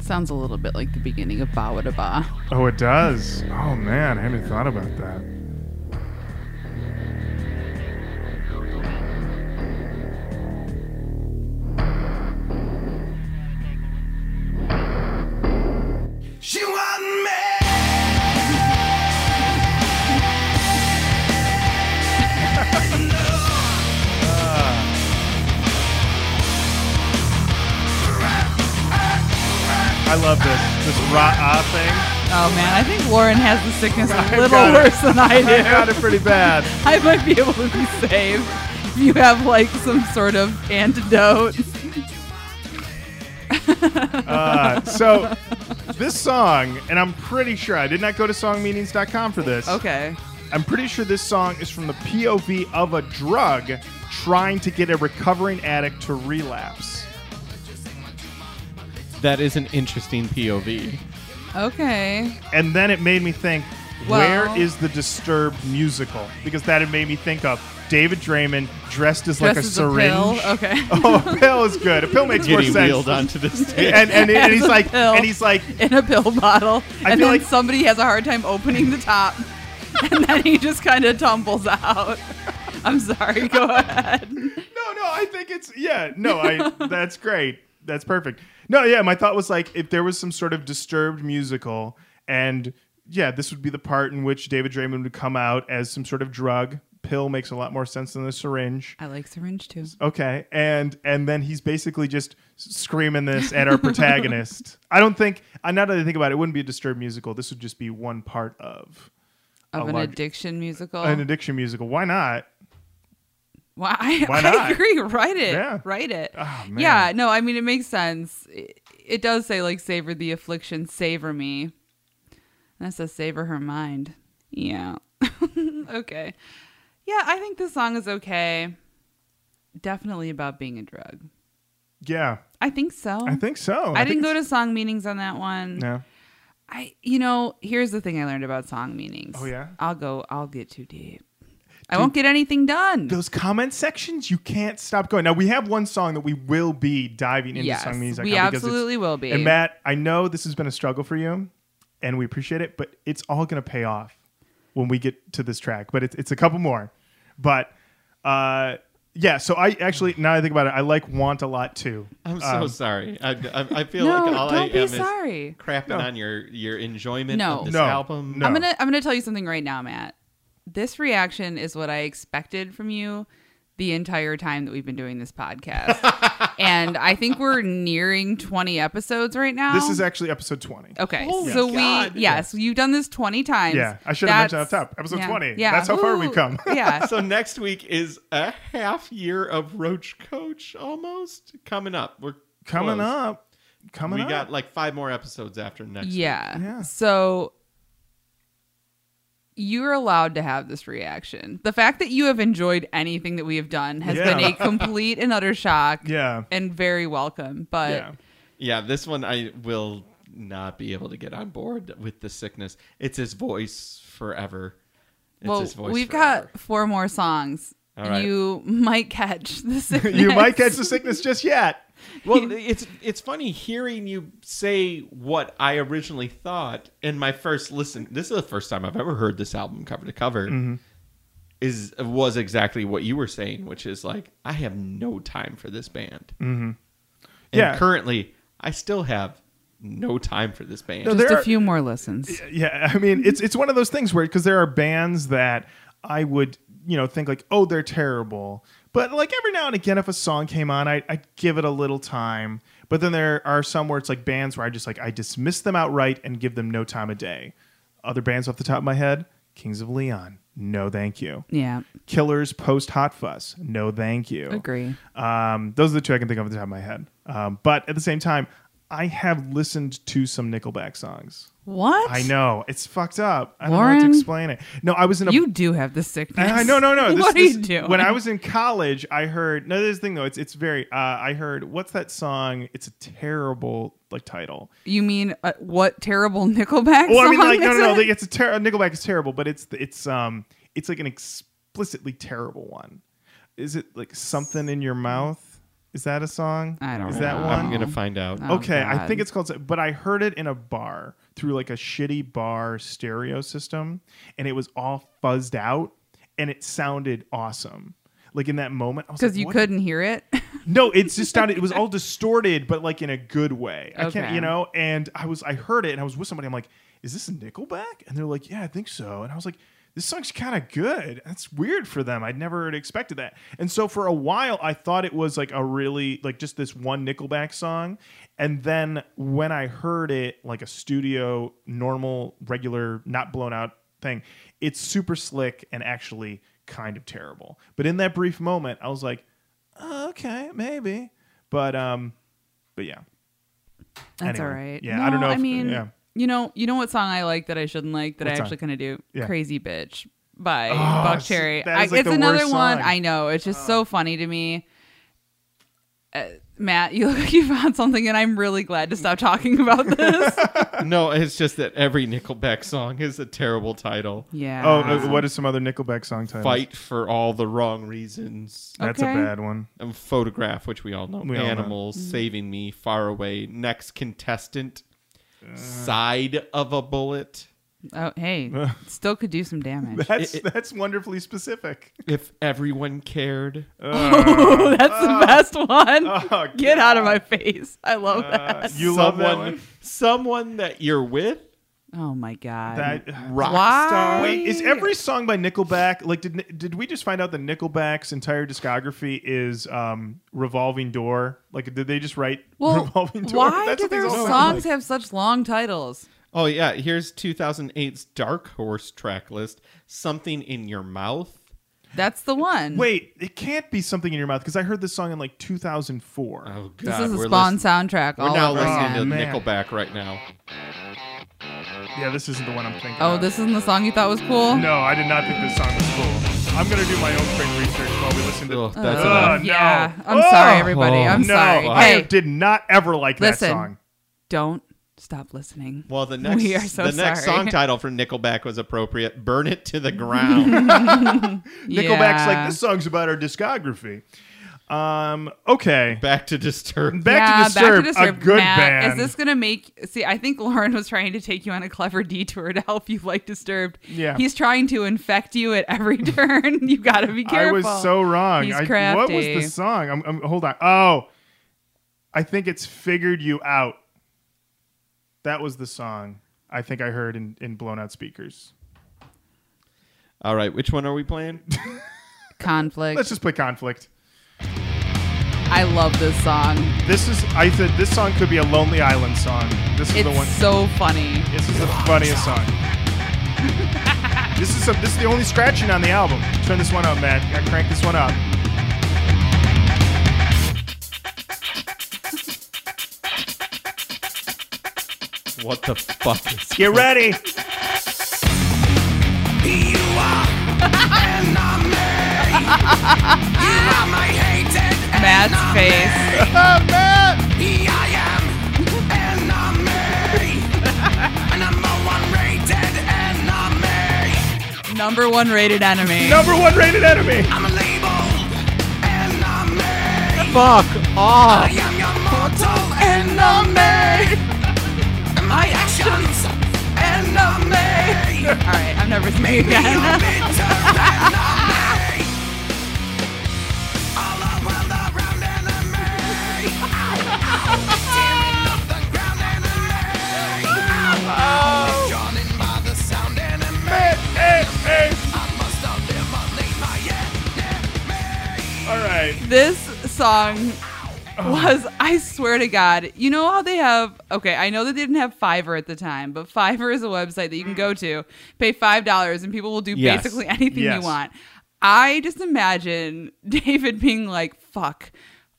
S3: Sounds a little bit like the beginning of Ba Wa Da Ba.
S1: Oh, it does. Oh man, I hadn't thought about that.
S2: She want me.
S1: I love this this rah ah thing.
S3: Oh man, I think Lauren has the sickness a
S1: got
S3: little
S1: it.
S3: worse than I
S1: I got
S3: do.
S1: it pretty bad.
S3: I might be able to be saved if you have like some sort of antidote.
S1: Uh, so this song, and I'm pretty sure I did not go to songmeanings.com for this.
S3: Okay.
S1: I'm pretty sure this song is from the POV of a drug trying to get a recovering addict to relapse.
S4: that is an interesting POV.
S3: Okay.
S1: And then it made me think,
S3: Well-
S1: where is the Disturbed musical? Because that had made me think of David Draymond dressed as like
S3: Dressed
S1: a
S3: as
S1: syringe.
S3: pill. Okay.
S1: Oh, a pill is good. A pill makes more
S4: Getting
S1: sense.
S4: wheeled onto this stage.
S1: And, and, and he's
S3: As a
S1: like,
S3: pill.
S1: and he's like,
S3: In a pill bottle,
S1: I
S3: and
S1: feel
S3: then
S1: like-
S3: somebody has a hard time opening the top, and then he just kind of tumbles out. I'm sorry. Go ahead.
S1: No, no, I think it's yeah. No, I that's great. That's perfect. No, yeah, my thought was like if there was some sort of disturbed musical And yeah, this would be the part in which David Draymond would come out as some sort of drug. Pill makes a lot more sense than the syringe.
S3: I like syringe too.
S1: Okay, and and then he's basically just s- screaming this at our protagonist. I don't think, I now that I think about it, it wouldn't be a disturbed musical. This would just be one part of
S3: Of an
S1: large-
S3: addiction musical.
S1: an addiction musical. Why not?
S3: Why? I,
S1: Why
S3: I
S1: not?
S3: agree. Write it.
S1: Yeah. Oh,
S3: Write it.
S1: man.
S3: Yeah. No, I mean it makes sense. It, it does say like savor the affliction, savor me, and that says savor her mind. Yeah. okay. Yeah, I think this song is okay. Definitely about being a drug.
S1: Yeah,
S3: I think so.
S1: I think so.
S3: Oh. I, didn't
S1: think
S3: go
S1: it's-
S3: to song meanings on that one.
S1: No.
S3: I you know, here's the thing I learned about song meanings.
S1: Oh, yeah?
S3: I'll go I'll get too deep. I won't get anything done.
S1: Those comment sections, you can't stop going. Now we have one song that we will be diving into
S3: Yes,
S1: song music.
S3: we absolutely will be.
S1: And Matt, I know this has been a struggle for you, and we appreciate it, but it's all going to pay off when we get to this track. But it's it's a couple more, but uh, yeah. So I actually now that I think about it, I like want a lot too.
S3: Oh,
S1: Um,
S4: I'm so sorry. I, I, I feel
S3: no,
S4: like all
S3: don't
S4: I
S3: be
S4: am
S3: sorry.
S4: is crapping on your your enjoyment
S3: No.
S4: of this
S1: No.
S4: album.
S1: No.
S3: I'm gonna I'm gonna tell you something right now, Matt. This reaction is what I expected from you the entire time that we've been doing this podcast. and I think we're nearing 20 episodes right now.
S1: This is actually episode twenty.
S3: Okay,
S4: Holy
S3: so
S4: God.
S3: we yes, you've done this twenty times.
S1: Yeah, I should have mentioned
S3: That's-
S1: off top. Episode
S3: yeah,
S1: 20.
S3: Yeah,
S1: That's how far
S3: Ooh,
S1: we've come.
S3: yeah,
S4: So next week is a half year of Roach Coach almost coming up. We're
S1: Coming
S4: close.
S1: up, coming
S4: We
S1: up.
S4: got like five more episodes after next. week.
S3: yeah.
S1: Yeah.
S3: So you're allowed to have this reaction. The fact that you have enjoyed anything that we have done has
S1: Yeah.
S3: been a complete and utter shock.
S1: yeah,
S3: and very welcome. But
S1: yeah.
S4: Yeah, this one I will not be able to get on board with the sickness. It's his voice forever. It's
S3: well,
S4: his voice
S3: we've
S4: forever.
S3: got four more songs.
S4: All
S3: and
S4: right.
S3: You might catch the sickness.
S1: You might catch the sickness just yet.
S4: Well, it's it's funny hearing you say what I originally thought in my first listen. This is the first time I've ever heard this album cover to cover.
S1: Mm-hmm.
S4: Is was exactly what you were saying, which is like I have no time for this band. Mm-hmm. And
S1: Yeah.
S4: currently I still have no time for this band.
S1: No,
S3: Just
S1: there
S3: a
S1: are-
S3: few more listens.
S1: yeah i mean it's it's one of those things where because there are bands that i would you know think like oh they're terrible but like every now and again if a song came on I, i'd give it a little time but then there are some where it's like bands where i just like i dismiss them outright and give them no time of day other bands off the top of my head kings of leon no thank you
S3: Yeah,
S1: killers post hot fuss no thank you
S3: agree.
S1: um, those are the two I can think of off the top of my head. Um, but at the same time, I have listened to some Nickelback songs.
S3: What?
S1: I know it's fucked up. I don't know
S3: Lauren?
S1: how to explain it. No, I was in a.
S3: You do have the sickness.
S1: I, no, no, no. This,
S3: what
S1: this,
S3: are you doing?
S1: When I was in college, I heard. No, this thing though. It's it's very. Uh, I heard. What's that song? It's a terrible like title.
S3: you mean uh, what terrible Nickelback
S1: Well,
S3: song?
S1: I mean, like no,
S3: is
S1: no, no.
S3: it?
S1: Like, it's a ter- Nickelback is terrible, but it's it's um it's like an explicitly terrible one. Is it like something in your mouth? Is that a song?
S3: I don't
S1: Is that
S3: know.
S1: one?
S4: I'm gonna find out.
S3: Oh,
S1: Okay, I
S3: God.
S1: think it's called. But I heard it in a bar through like a shitty bar stereo system, and it was all fuzzed out, and it sounded awesome. Like in that moment, I was
S3: because
S1: like,
S3: you
S1: "What?"
S3: couldn't hear it.
S1: No, it's just sounded. It was all distorted, but like in a good way. I can't,
S3: Okay.
S1: you know. And I was, I heard it, and I was with somebody. I'm like, "Is this a Nickelback?" And they're like, "Yeah, I think so." And I was like, "This song's kind of good. That's weird for them. I'd never had expected that." And so for a while, I thought it was like a really like just this one Nickelback song. And then when I heard it, like a studio, normal, regular, not blown out thing, it's super slick and actually kind of terrible. But in that brief moment, I was like oh, okay, maybe. But um, but
S3: Uh,
S1: yeah,
S3: That's
S1: Anyway,
S3: all right.
S1: yeah, I don't
S3: No,
S1: know
S3: I
S1: if-
S3: mean,
S1: yeah.
S3: you know, you know what song I like that I shouldn't like that
S1: What
S3: I
S1: song?
S3: actually kind of do.
S1: Yeah.
S3: Crazy bitch by
S1: it's-
S3: Buck Cherry.
S1: that is,
S3: I,
S1: like,
S3: it's
S1: the
S3: another
S1: worst
S3: one.
S1: song. Oh.
S3: I know. It's just so funny to me. Uh, Matt, you look like you found something, and I'm really glad to stop talking about this.
S1: Oh, uh,
S4: no, it's just that every Nickelback song is a terrible title.
S3: yeah.
S1: oh, uh, what is some other Nickelback song titles?
S4: Fight for all the wrong reasons.
S1: That's a
S3: Okay.
S1: bad one.
S4: Um, photograph, which we all know.
S1: We all know.
S4: Animals
S3: Mm-hmm.
S4: saving me far away. Next contestant. Uh, Side of a bullet.
S3: Oh, hey, still could do some damage.
S1: That's
S4: It-
S1: that's wonderfully specific.
S4: If everyone cared.
S3: Oh, that's the best one.
S1: Oh, Uh,
S3: Get out of my face. I love that.
S1: you
S4: someone,
S1: love that one.
S4: Someone that you're with
S3: Oh my god.
S1: That uh,
S4: Rock
S3: Why?
S4: star.
S1: Wait, is every song by Nickelback like did did we just find out that Nickelback's entire discography is um revolving door? Like did they just write
S3: well,
S1: revolving door?
S3: why do
S1: what these
S3: their
S1: all sound
S3: songs
S1: like.
S3: have such long titles?
S4: Oh yeah, here's 2008's Dark Horse track list. Something in your mouth.
S3: That's the one.
S1: Wait, it can't be something in your mouth because I heard this song in like 2004.
S4: Oh god,
S3: this is a
S4: we're
S3: Spawn
S4: listen-
S3: soundtrack.
S4: We're
S3: all
S4: now
S3: over
S4: listening to
S3: again.
S1: man.
S4: Nickelback right now.
S1: Yeah, this isn't the one I'm thinking.
S3: Oh,
S1: of.
S3: this isn't the song you thought was cool.
S1: No, I did not think this song was cool. I'm gonna do my own quick research while we listen to.
S4: Ugh,
S1: Oh,
S4: that's
S1: no.
S4: enough.
S3: Uh, Yeah, I'm sorry,
S1: Oh,
S3: everybody. I'm
S1: no,
S3: sorry.
S1: I
S3: Hey,
S1: did not ever like
S3: Listen.
S1: that song.
S3: don't stop listening.
S4: Well, the next
S3: We are so
S4: the next
S3: sorry.
S4: song title for Nickelback was appropriate. Burn it to the ground.
S1: Nickelback's
S3: Yeah.
S1: like this song's about our discography. Um, okay.
S4: Back to disturb.
S1: Back
S3: yeah,
S1: to Disturbed,
S3: back to Disturbed.
S1: a good
S3: Matt,
S1: band.
S3: Is this gonna make? See, I think Lauren was trying to take you on a clever detour to help you like Disturbed.
S1: Yeah.
S3: he's trying to infect you at every turn. you gotta be
S1: I
S3: careful.
S1: was so wrong.
S3: He's
S1: I-
S3: crafty.
S1: what was the song? I'm, I'm- hold on. Oh, I think it's "Figured You Out." That was the song I think I heard in, in blown out speakers.
S4: All right, which one are we playing?
S3: conflict?
S1: Let's just play "Conflict."
S3: I love this song.
S1: This is I said this song could be a Lonely Island song. This is the one.
S3: It's so funny.
S1: This is the funniest song. this is a, this is the only scratching on the album. Turn this one up, Matt. I crank this one up.
S4: What the fuck is
S1: Get ready.
S2: You are an enemy. You are my hated
S3: Matt's face.
S2: enemy. I am enemy. A number one rated enemy.
S3: Number one rated enemy.
S1: Number one rated enemy.
S2: I'm a labeled enemy.
S4: Fuck off.
S2: I am your mortal enemy. And my actions enemy.
S3: All right, I'm never
S2: Maybe
S3: singing
S2: you're
S3: again.
S2: bitter enemy. All the world around enemy. Ow, ow. Tearing up the ground enemy. Ow, ow. Drawn in by the sound enemy. I must eliminate my enemy.
S1: All right.
S3: this song was I swear to God, you know how they have okay, I know that they didn't have Fiverr at the time, but Fiverr is a website that you can go to, pay five dollars, and people will do
S4: Yes.
S3: basically anything
S1: Yes.
S3: you want. I just imagine David being like, fuck,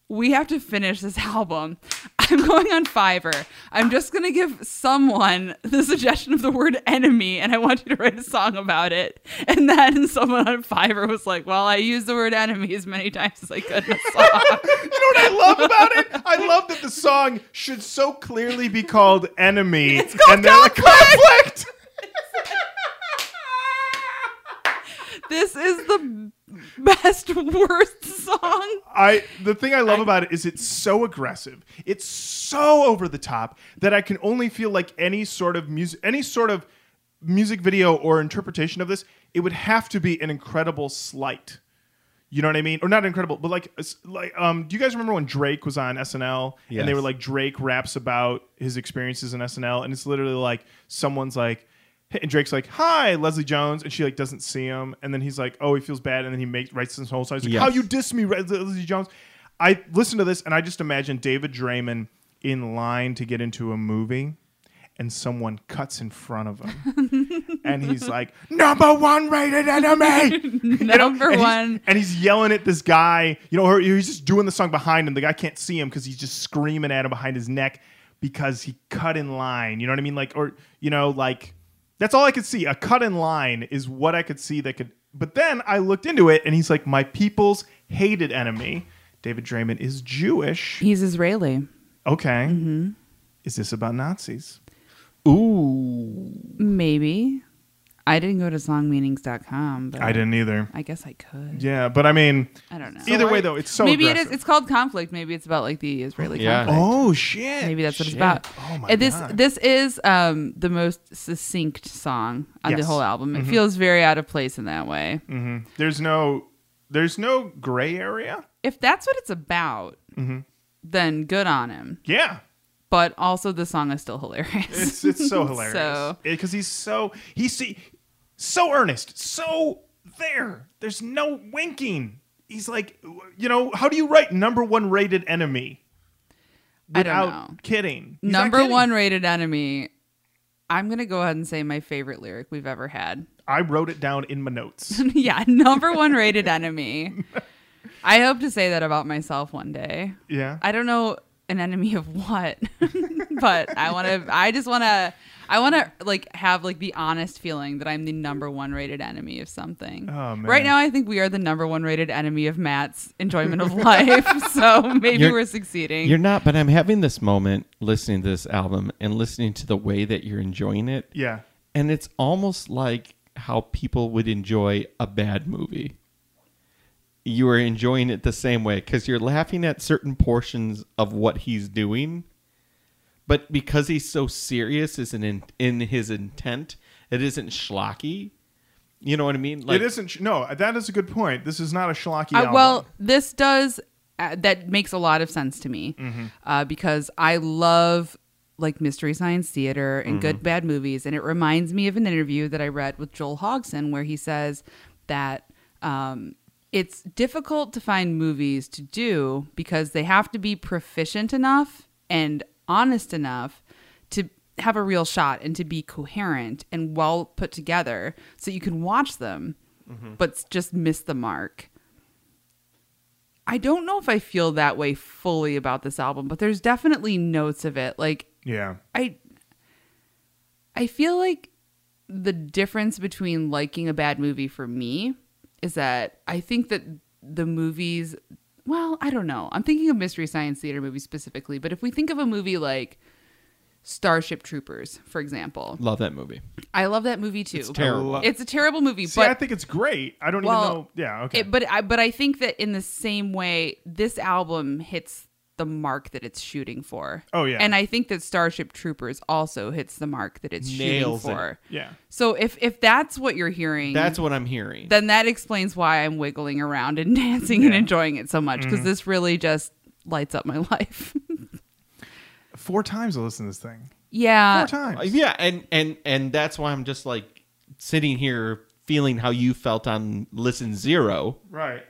S3: we have to finish this album. I'm going on Fiverr. I'm just going to give someone the suggestion of the word enemy, and I want you to write a song about it. And then someone on Fiverr was like, well, I used the word enemy as many times as I could in a song.
S1: You know what I love about it? I love that the song should so clearly be called Enemy.
S3: It's called
S1: and then a conflict.
S3: this is the best, worst song.
S1: I the thing I love about it is it's so aggressive. It's so over the top that I can only feel like any sort of music any sort of music video or interpretation of this, it would have to be an incredible slight. You know what I mean? Or not incredible, but like s- like um do you guys remember when Drake was on SNL and they
S4: Yes.
S1: were like Drake raps about his experiences in SNL and it's literally like someone's like hey- and Drake's like, "Hi, Leslie Jones," and she like doesn't see him, and then he's like, "Oh, he feels bad," and then he makes writes this whole song. He's like,
S4: Yes.
S1: "How you diss me, Re- Leslie Jones?" I listen to this and I just imagine David Draymond in line to get into a movie, and someone cuts in front of him, and he's like, "Number one rated enemy." You know?
S3: Number
S1: And he's-
S3: one.
S1: and he's yelling at this guy. You know, or he's just doing the song behind him. The guy can't see him because he's just screaming at him behind his neck because he cut in line. You know what I mean? Like, or you know, like that's all I could see. A cut in line is what I could see that could. But then I looked into it, and he's like, my people's hated enemy. David Draymond is Jewish.
S3: He's Israeli.
S1: Okay.
S3: Mm-hmm.
S1: Is this about Nazis?
S4: Ooh.
S3: Maybe. I didn't go to songmeanings.com, but
S1: I didn't either.
S3: I guess I could.
S1: Yeah, but I mean,
S3: I don't know.
S1: either
S4: I-
S1: way though, it's so
S3: Maybe
S1: aggressive.
S3: it is. It's called conflict. Maybe it's about like the Israeli
S4: Yeah.
S3: conflict.
S1: Oh shit!
S3: Maybe that's what it's
S1: Shit.
S3: about.
S1: Oh my
S3: And this
S1: god!
S3: this is um, the most succinct song on the
S1: Yes. Mm-hmm. Mm.
S3: whole album. It feels very out of place in that way.
S1: There's no there's no gray area. Mm-hmm.
S3: If that's what it's about, then good on him.
S1: Yeah.
S3: but also the song is still hilarious.
S1: It's it's so hilarious
S3: So-
S1: because he's so he's se- so earnest, so there. There's no winking. He's like, you know, how do you write number one rated enemy?
S3: I don't
S1: Without
S3: know.
S1: kidding. He's not
S3: Number
S1: kidding.
S3: one rated enemy. I'm gonna go ahead and say my favorite lyric we've ever had.
S1: I wrote it down in my notes.
S3: yeah, number one rated enemy. I hope to say that about myself one day.
S1: Yeah.
S3: I don't know an enemy of what, but I want to. I just want to. I want to like have like the honest feeling that I'm the number one rated enemy of something.
S1: Oh, man.
S3: Right now, I think we are the number one rated enemy of Matt's enjoyment of life. so maybe
S4: You're-
S3: we're succeeding.
S4: You're not, but I'm having this moment listening to this album and listening to the way that you're enjoying it.
S1: yeah.
S4: And it's almost like how people would enjoy a bad movie. You are enjoying it the same way because you're laughing at certain portions of what he's doing. But because he's so serious is an in, in his intent, it isn't schlocky. You know what I mean?
S1: it isn't. No, that is a good point. This is not a schlocky
S3: Uh,
S1: album.
S3: well, this does uh, that makes a lot of sense to me uh, because I love like mystery science theater and good bad movies, and it reminds me of an interview that I read with Joel Hogson where he says that um, it's difficult to find movies to do because they have to be proficient enough and honest enough to have a real shot and to be coherent and well put together so you can watch them but s- just miss the mark. I don't know if I feel that way fully about this album, but there's definitely notes of it. Like
S1: yeah.
S3: I I feel like the difference between liking a bad movie for me is that I think that the movies well, I don't know. I'm thinking of mystery science theater movies specifically, but if we think of a movie like Starship Troopers, for example.
S4: Love that movie.
S3: I love that movie too. It's
S4: terrible.
S3: a terrible movie,
S1: See,
S3: but
S1: I think it's great. I don't even know. Yeah. Okay.
S3: it- but I but I think that in the same way, this album hits the mark that it's shooting for.
S1: Oh, yeah.
S3: And I think that Starship Troopers also hits the mark that it's
S4: Nails it.
S3: shooting for.
S1: yeah.
S3: So if if that's what you're hearing,
S4: That's what I'm hearing.
S3: then that explains why I'm wiggling around and dancing and enjoying it so much because
S1: Mm-hmm.
S3: this really just lights up my life.
S1: Four times I listened to this thing.
S3: yeah.
S1: Four times.
S4: Uh, yeah and and and that's why i'm just like sitting here feeling how you felt on listen zero
S1: Right.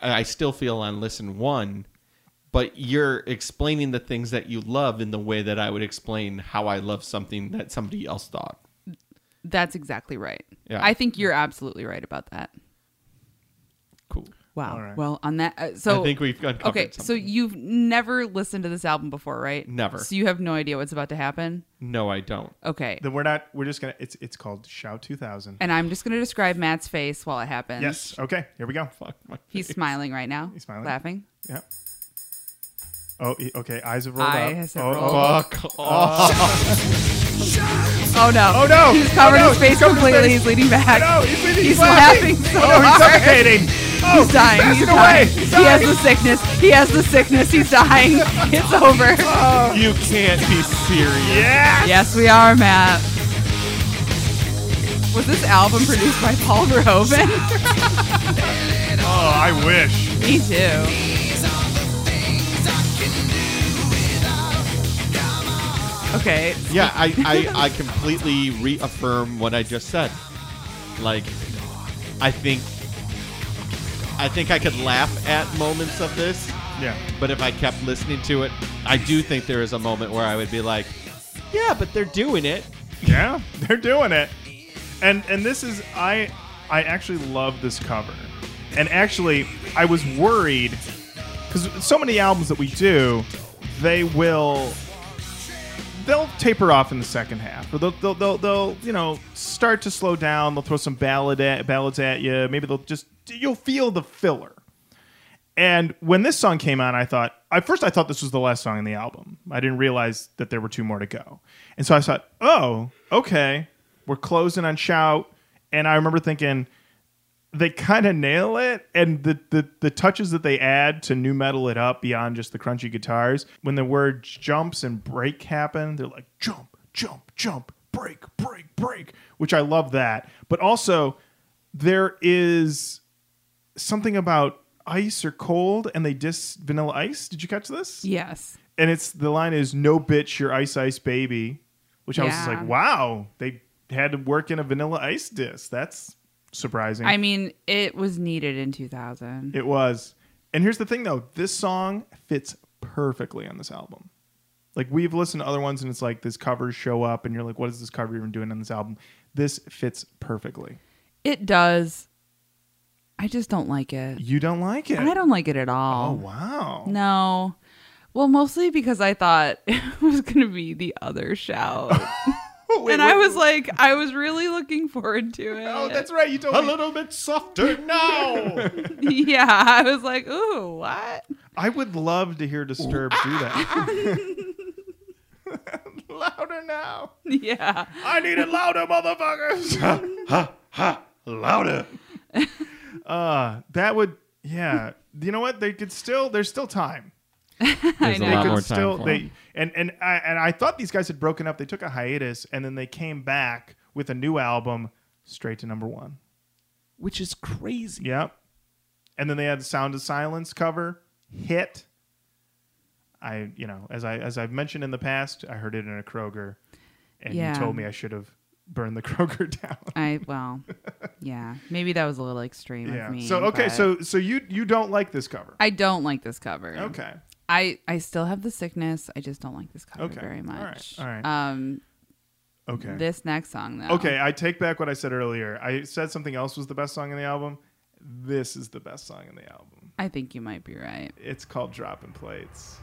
S4: i I still feel on listen one but you're explaining the things that you love in the way that i would explain how i love something that somebody else thought
S3: That's exactly right.
S4: Yeah.
S3: I think you're absolutely right about that.
S4: cool
S3: Wow.
S1: right.
S3: Well, on that, uh, so
S4: i think we've uncovered
S3: Okay, so
S4: something.
S3: you've never listened to this album before, right?
S4: Never.
S3: So you have no idea what's about to happen.
S4: no i don't
S3: Okay.
S1: Then we're not. We're just gonna. It's it's called Shout 2000.
S3: and I'm just going to describe Matt's face while it happens.
S1: Yes. Okay. Here we go.
S4: fuck my
S3: He's
S4: face.
S3: smiling right now.
S1: He's smiling.
S3: Laughing.
S1: Yeah. Oh. e- Okay. Eyes have rolled
S3: Eyes
S1: up.
S3: have
S1: oh,
S3: rolled
S1: oh,
S3: up.
S4: fuck off
S3: Oh no.
S1: Oh, no.
S3: He's covered
S1: Oh, no.
S3: his face
S1: He's covered his
S3: completely.
S1: face.
S3: He's leaning
S1: oh,
S3: back.
S1: no, he's, he's,
S3: He's
S1: laughing.
S3: laughing so
S1: oh, no, he's
S3: hard.
S1: suffocating. Oh,
S3: He's dying.
S1: Pass
S3: He's
S1: it away.
S3: dying.
S1: He's
S3: He has
S1: dying.
S3: the sickness. He has the sickness. He's dying. It's over.
S4: you can't be serious
S1: Yeah.
S3: Yes, we are, Matt. Was this album produced by Paul Verhoeven?
S1: Oh, I wish.
S3: Me too. Okay,
S4: yeah I, I i completely reaffirm what i just said like i think i think i could laugh at moments of this
S1: Yeah.
S4: but if i kept listening to it i do think there is a moment where i would be like yeah but they're doing it
S1: Yeah. They're doing it. And and this is I I actually love this cover. And actually, I was worried because so many albums that we do, they will they'll taper off in the second half, or they'll they'll they'll, they'll you know start to slow down. They'll throw some ballad at, ballads at you. Maybe they'll just you'll feel the filler. And when this song came on, I thought at first I thought this was the last song in the album. I didn't realize that there were two more to go, and so I thought, oh, okay, we're closing on shout. And I remember thinking they kind of nail it and the, the the touches that they add to new metal it up beyond just the crunchy guitars when the word jumps and break happen they're like jump jump jump break break break which i love that but also there is something about ice or cold and they diss vanilla ice did you catch this
S3: Yes.
S1: and it's the line is "No bitch, your Ice Ice Baby," which I was just
S3: Yeah.
S1: like, "Wow, they had to work in a Vanilla Ice disc. That's surprising."
S3: I mean, it was needed in 2000.
S1: It was. And here's the thing though, this song fits perfectly on this album. Like we've listened to other ones and it's like these covers show up and you're like, what is this cover even doing on this album? This fits perfectly.
S3: It does. I just don't like it.
S1: You don't like it.
S3: I don't like it at
S1: Oh
S3: all.
S1: wow.
S3: No. Well, mostly because I thought it was going to be the other shout.
S1: Wait,
S3: and
S1: wait,
S3: I was like, I was really looking forward to it.
S1: Oh, that's right. You don't
S4: A little bit softer now.
S3: yeah, I was like, ooh, what?
S1: I would love to hear Disturbed do that. louder now.
S3: Yeah.
S1: I need it louder, motherfuckers.
S4: Louder.
S1: uh, that would yeah. You know what? They could still there's still time.
S4: There's
S3: know.
S4: a lot
S1: could
S4: more time
S1: still
S4: for
S1: they
S4: him.
S1: and and I, and I thought these guys had broken up. They took a hiatus and then they came back with a new album straight to number one.
S4: which is crazy.
S1: Yep. And then they had Sound of Silence cover hit. I you know as I as I've mentioned in the past, I heard it in a Kroger, and
S3: Yeah.
S1: you told me I should have burned the Kroger down.
S3: I, well, yeah. Maybe that was a little extreme
S1: yeah.
S3: of me.
S1: so okay,
S3: but
S1: so so you you don't like this cover?
S3: I don't like this cover.
S1: okay.
S3: I, I still have the sickness. I just don't like this cover
S1: Okay.
S3: very
S1: All
S3: much.
S1: right. All right.
S3: Um,
S1: Okay.
S3: This next song, though.
S1: Okay, I take back what I said earlier. I said something else was the best song in the album. This is the best song in the album.
S3: I think you might be right.
S1: It's called Dropping Plates.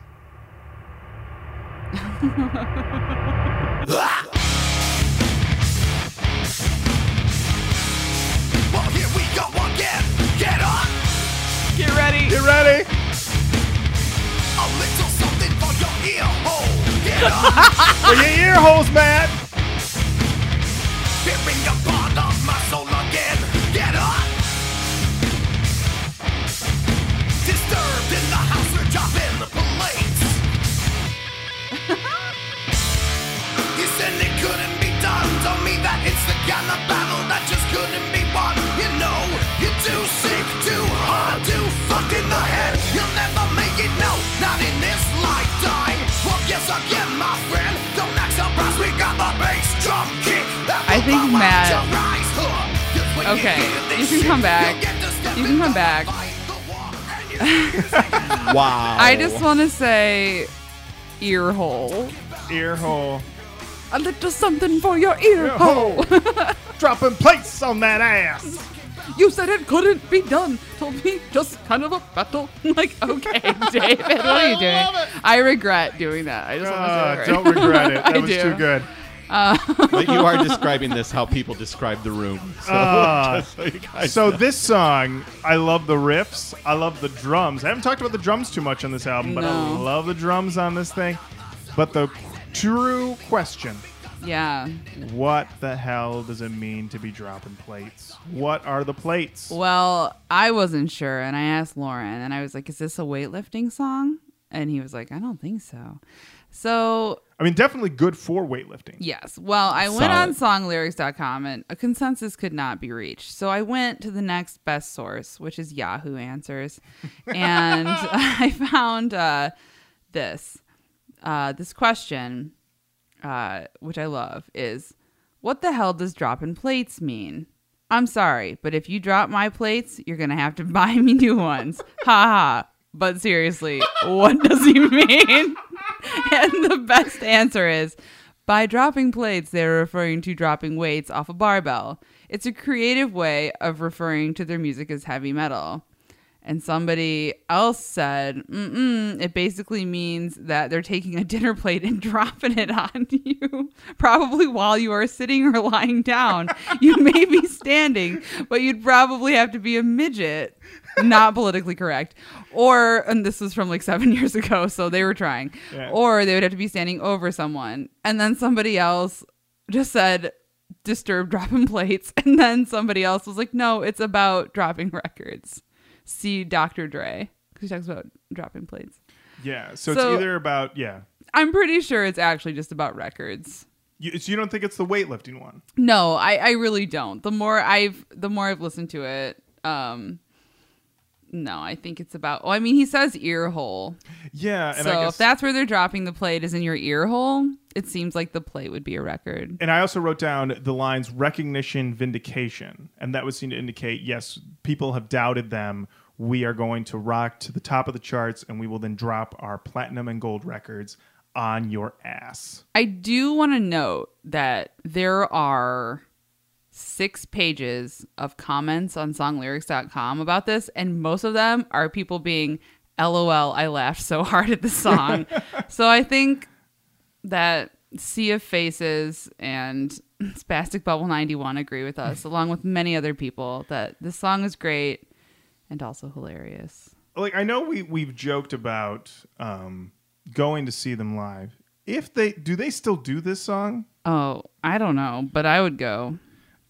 S2: Well, here we go again. Get on
S3: Get ready.
S1: You ready?
S2: a little something for your ear hole. Get on.
S1: For your ear holes, Matt!
S2: Tearing apart of my soul again. Get up! Disturbed in the house, we're dropping the plates. you said it couldn't be done. Told me that it's the kind of battle that just couldn't be won. You know, you're too sick, too hard, too fucked in the head. You'll never make it, no, not in this lifetime. Well, yes, again, my friend. Don't act surprised, we got the bass drum kick. That
S3: I
S2: will
S3: think
S2: blow out
S3: Matt-
S2: your eyes. Huh. Just when
S3: Okay,
S2: hear this
S3: you can
S2: shit,
S3: come back.
S2: you'll get to step
S3: You can
S2: in
S3: come
S2: the
S3: back.
S2: fight, the war, and you-
S4: Wow.
S3: I just want to say ear hole.
S1: Ear hole. Oh.
S3: A little something for your ear hole.
S1: Dropping plates on that ass!
S3: you said it couldn't be done. Told me just kind of a battle. like, okay, David, what are you doing? I regret doing that. I just
S1: Uh,
S3: want to say
S1: don't regret it. That
S3: I
S1: was
S3: do.
S1: too good.
S4: But you are describing this how people describe the room. So,
S1: Uh,
S4: so you guys
S1: So this song, I love the riffs. I love the drums. I haven't talked about the drums too much on this album, but I
S3: No.
S1: love the drums on this thing. But the true question
S3: Yeah.
S1: What the hell does it mean to be dropping plates? What are the plates?
S3: Well, I wasn't sure, and I asked Lauren, and I was like, "Is this a weightlifting song?" And he was like, "I don't think so." So
S1: I mean, definitely good for weightlifting.
S3: Yes. Well, I went on
S4: Solid.
S3: songlyrics.com and a consensus could not be reached. So I went to the next best source, which is Yahoo Answers. And I found uh, this. Uh, this question, uh, which I love, is what the hell does dropping plates mean? I'm sorry, but if you drop my plates, you're going to have to buy me new ones. ha ha. But seriously, what does he mean? and the best answer is by dropping plates, they are referring to dropping weights off a barbell. It's a creative way of referring to their music as heavy metal. And somebody else said, Mm-mm, Mm, it basically means that they're taking a dinner plate and dropping it on you, probably while you are sitting or lying down. You may be standing, but you'd probably have to be a midget, not politically correct. Or, and this was from like seven years ago, so they were trying.
S1: Yeah.
S3: Or they would have to be standing over someone. And then somebody else just said, Disturb dropping plates. And then somebody else was like, No, it's about dropping records see Dr. Dre because he talks about dropping plates.
S1: Yeah. So,
S3: So-
S1: it's either about yeah.
S3: I'm pretty sure it's actually just about records.
S1: You, so you don't think it's the weightlifting one?
S3: No, I, I really don't. The more I've the more I've listened to it, um, No, I think it's about. Well, I mean, he says ear hole.
S1: Yeah, and
S3: so
S1: I guess
S3: if that's where they're dropping the plate is in your ear hole, it seems like the plate would be a record.
S1: and I also wrote down the lines recognition, vindication, and that would seem to indicate yes, people have doubted them. We are going to rock to the top of the charts, and we will then drop our platinum and gold records on your ass.
S3: I do want to note that there are six pages of comments on songlyrics.com about this, and most of them are people being, LOL, I laughed so hard at this song. so I think that Sea of Faces and Spastic Bubble 91 agree with us, along with many other people, that this song is great and also hilarious.
S1: like I know we we've joked about um, going to see them live. If they do, they still do this song.
S3: Oh, I don't know, but I would go.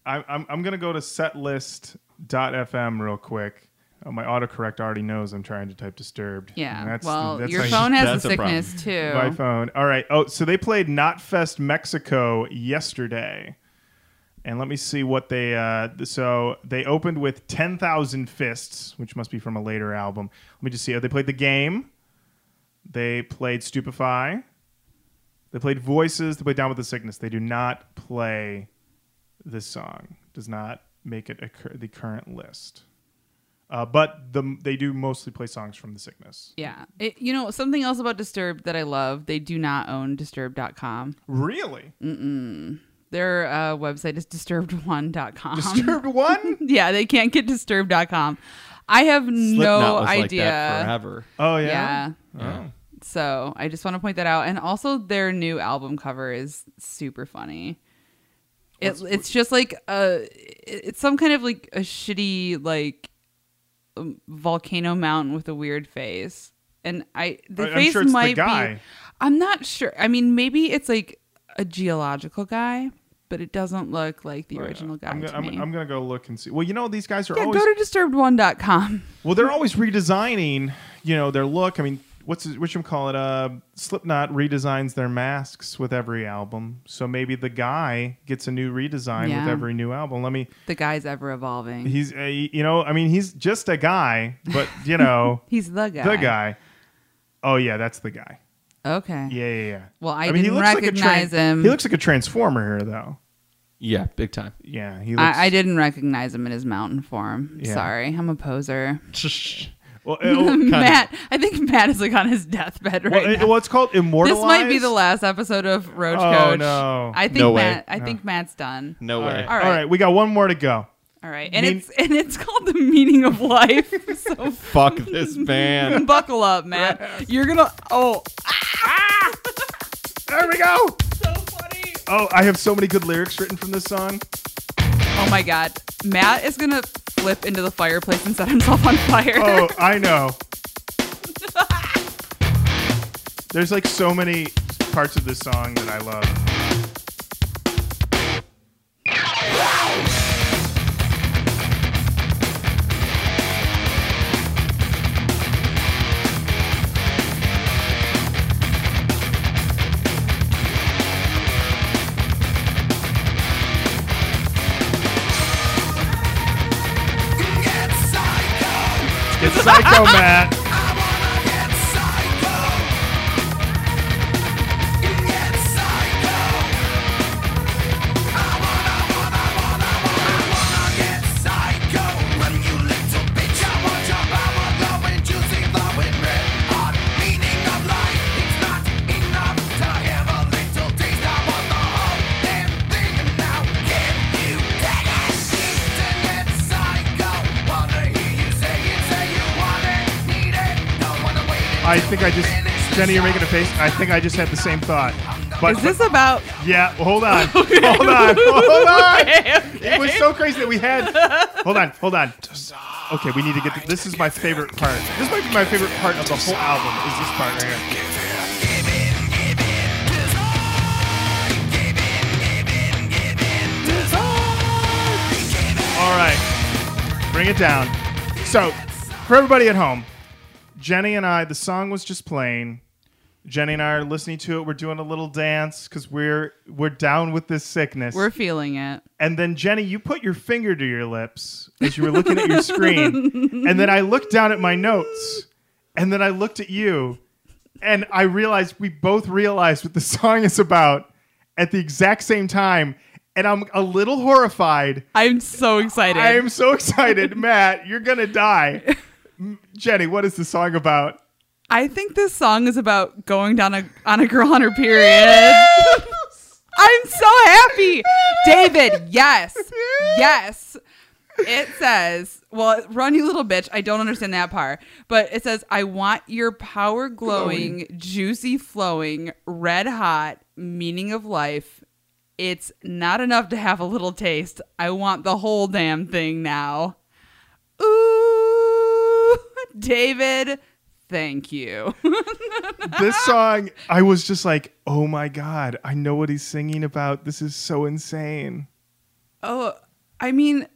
S1: I, I'm I'm gonna go to setlist.fm real quick. Uh, my autocorrect already knows I'm trying to type disturbed.
S3: Yeah.
S1: And
S3: well,
S1: that's
S3: your
S1: how you-
S3: phone has
S4: that's
S3: the
S4: a problem.
S3: sickness too.
S1: my phone. All right. Oh, so they played Knotfest Mexico yesterday, and let me see what they. Uh, th- so they opened with Ten Thousand Fists, which must be from a later album. Let me just see. Oh, they played the game. They played Stupefy. They played Voices. They played Down with the Sickness. They do not play this song. Does not make it a cur- the current list. Uh, but the, they do mostly play songs from the sickness.
S3: Yeah. It, you know, something else about Disturbed that I love, they do not own Disturbed.com.
S1: Really?
S3: Their uh, website is disturbed1.com.
S1: Disturbed one?
S3: yeah, they can't get disturbed.com. I have no
S4: was like
S3: idea.
S4: that forever.
S1: Oh
S3: yeah.
S4: Yeah.
S3: So I just want to point that out. And also, their new album cover is super funny. It, it's just like a, it's some kind of like a shitty like um, volcano mountain with a weird face, and I the
S1: I- I'm
S3: face
S1: sure it's the
S3: might
S1: guy.
S3: be. I'm not sure. I mean, maybe it's like a geological guy, but it doesn't look like the original guy
S1: Oh, I'm,
S3: to
S1: gonna, I'm,
S3: me.
S1: I'm gonna go look and see. Well, you know these guys are
S3: yeah,
S1: always
S3: go to disturbed1.com.
S1: well. They're always redesigning. You know their look. I mean, what's which call it? Uh, Slipknot redesigns their masks with every album. So maybe the guy gets a new redesign
S3: Yeah.
S1: with every new album. Let me.
S3: The guy's ever evolving.
S1: He's uh, you know. I mean, he's just a guy, but you know
S3: He's the guy.
S1: the guy. Oh yeah, that's the guy.
S3: Okay.
S1: Yeah, yeah, yeah.
S3: Well, I didn't recognize
S1: like a
S3: him.
S1: He looks like a transformer here, though.
S4: Yeah, big time.
S1: Yeah, he. Looks,
S3: I, I didn't recognize him in his mountain form.
S1: Yeah.
S3: Sorry, I'm a poser.
S1: Well, uh, oh, it,
S3: Matt, I think Matt is like on his deathbed right
S1: well, it-
S3: now.
S1: well, it's called immortalized.
S3: this might be the last episode of Roach
S1: Oh,
S3: Coach.
S1: no.
S3: I think
S4: No way.
S3: Matt. I think Matt's done.
S4: No
S1: All
S4: way.
S1: right.
S3: All right.
S1: All right. We got one more to go.
S3: All right, and
S1: Mean-
S3: it's and it's called the meaning of life. So
S4: Fuck this band.
S3: buckle up, Matt. You're gonna. Oh, ah!
S1: There we go.
S3: so funny.
S1: Oh, I have so many good lyrics written from this song.
S3: Oh my God, Matt is gonna flip into the fireplace and set himself on fire.
S1: Oh, I know. There's like so many parts of this song that I love. It's Psycho Matt. I think I just Jenny, you're making a face. I think I just had the same thought. But
S3: is this about?
S1: yeah, well, hold on, hold on, hold on. It was so crazy that we had. Hold on, hold on. Okay, we need to get. To, this is my favorite part. This might be my favorite part of the whole album. Is this part right here? All right, bring it down. So, for everybody at home, Jenny and I, the song was just playing. Jenny and I are listening to it. We're doing a little dance because we're we're down with this sickness.
S3: We're feeling it.
S1: and then Jenny, you put your finger to your lips as you were looking at your screen, and then I looked down at my notes, and then I looked at you, and I realized we both realized what the song is about at the exact same time, and I'm a little horrified.
S3: I'm so excited.
S1: I am so excited, Matt. You're gonna die. M- Jenny, what is the song about?
S3: I think this song is about going down a, on a girl on her period. I'm so happy. David, yes. Yes. It says, well, run you little bitch. I don't understand that part. But it says, I want your power glowing, juicy flowing, red hot, meaning of life. It's not enough to have a little taste. I want the whole damn thing now. Ooh, David, thank you.
S1: This song, I was just like, oh my god, I know what he's singing about. This is so insane.
S3: oh, I mean,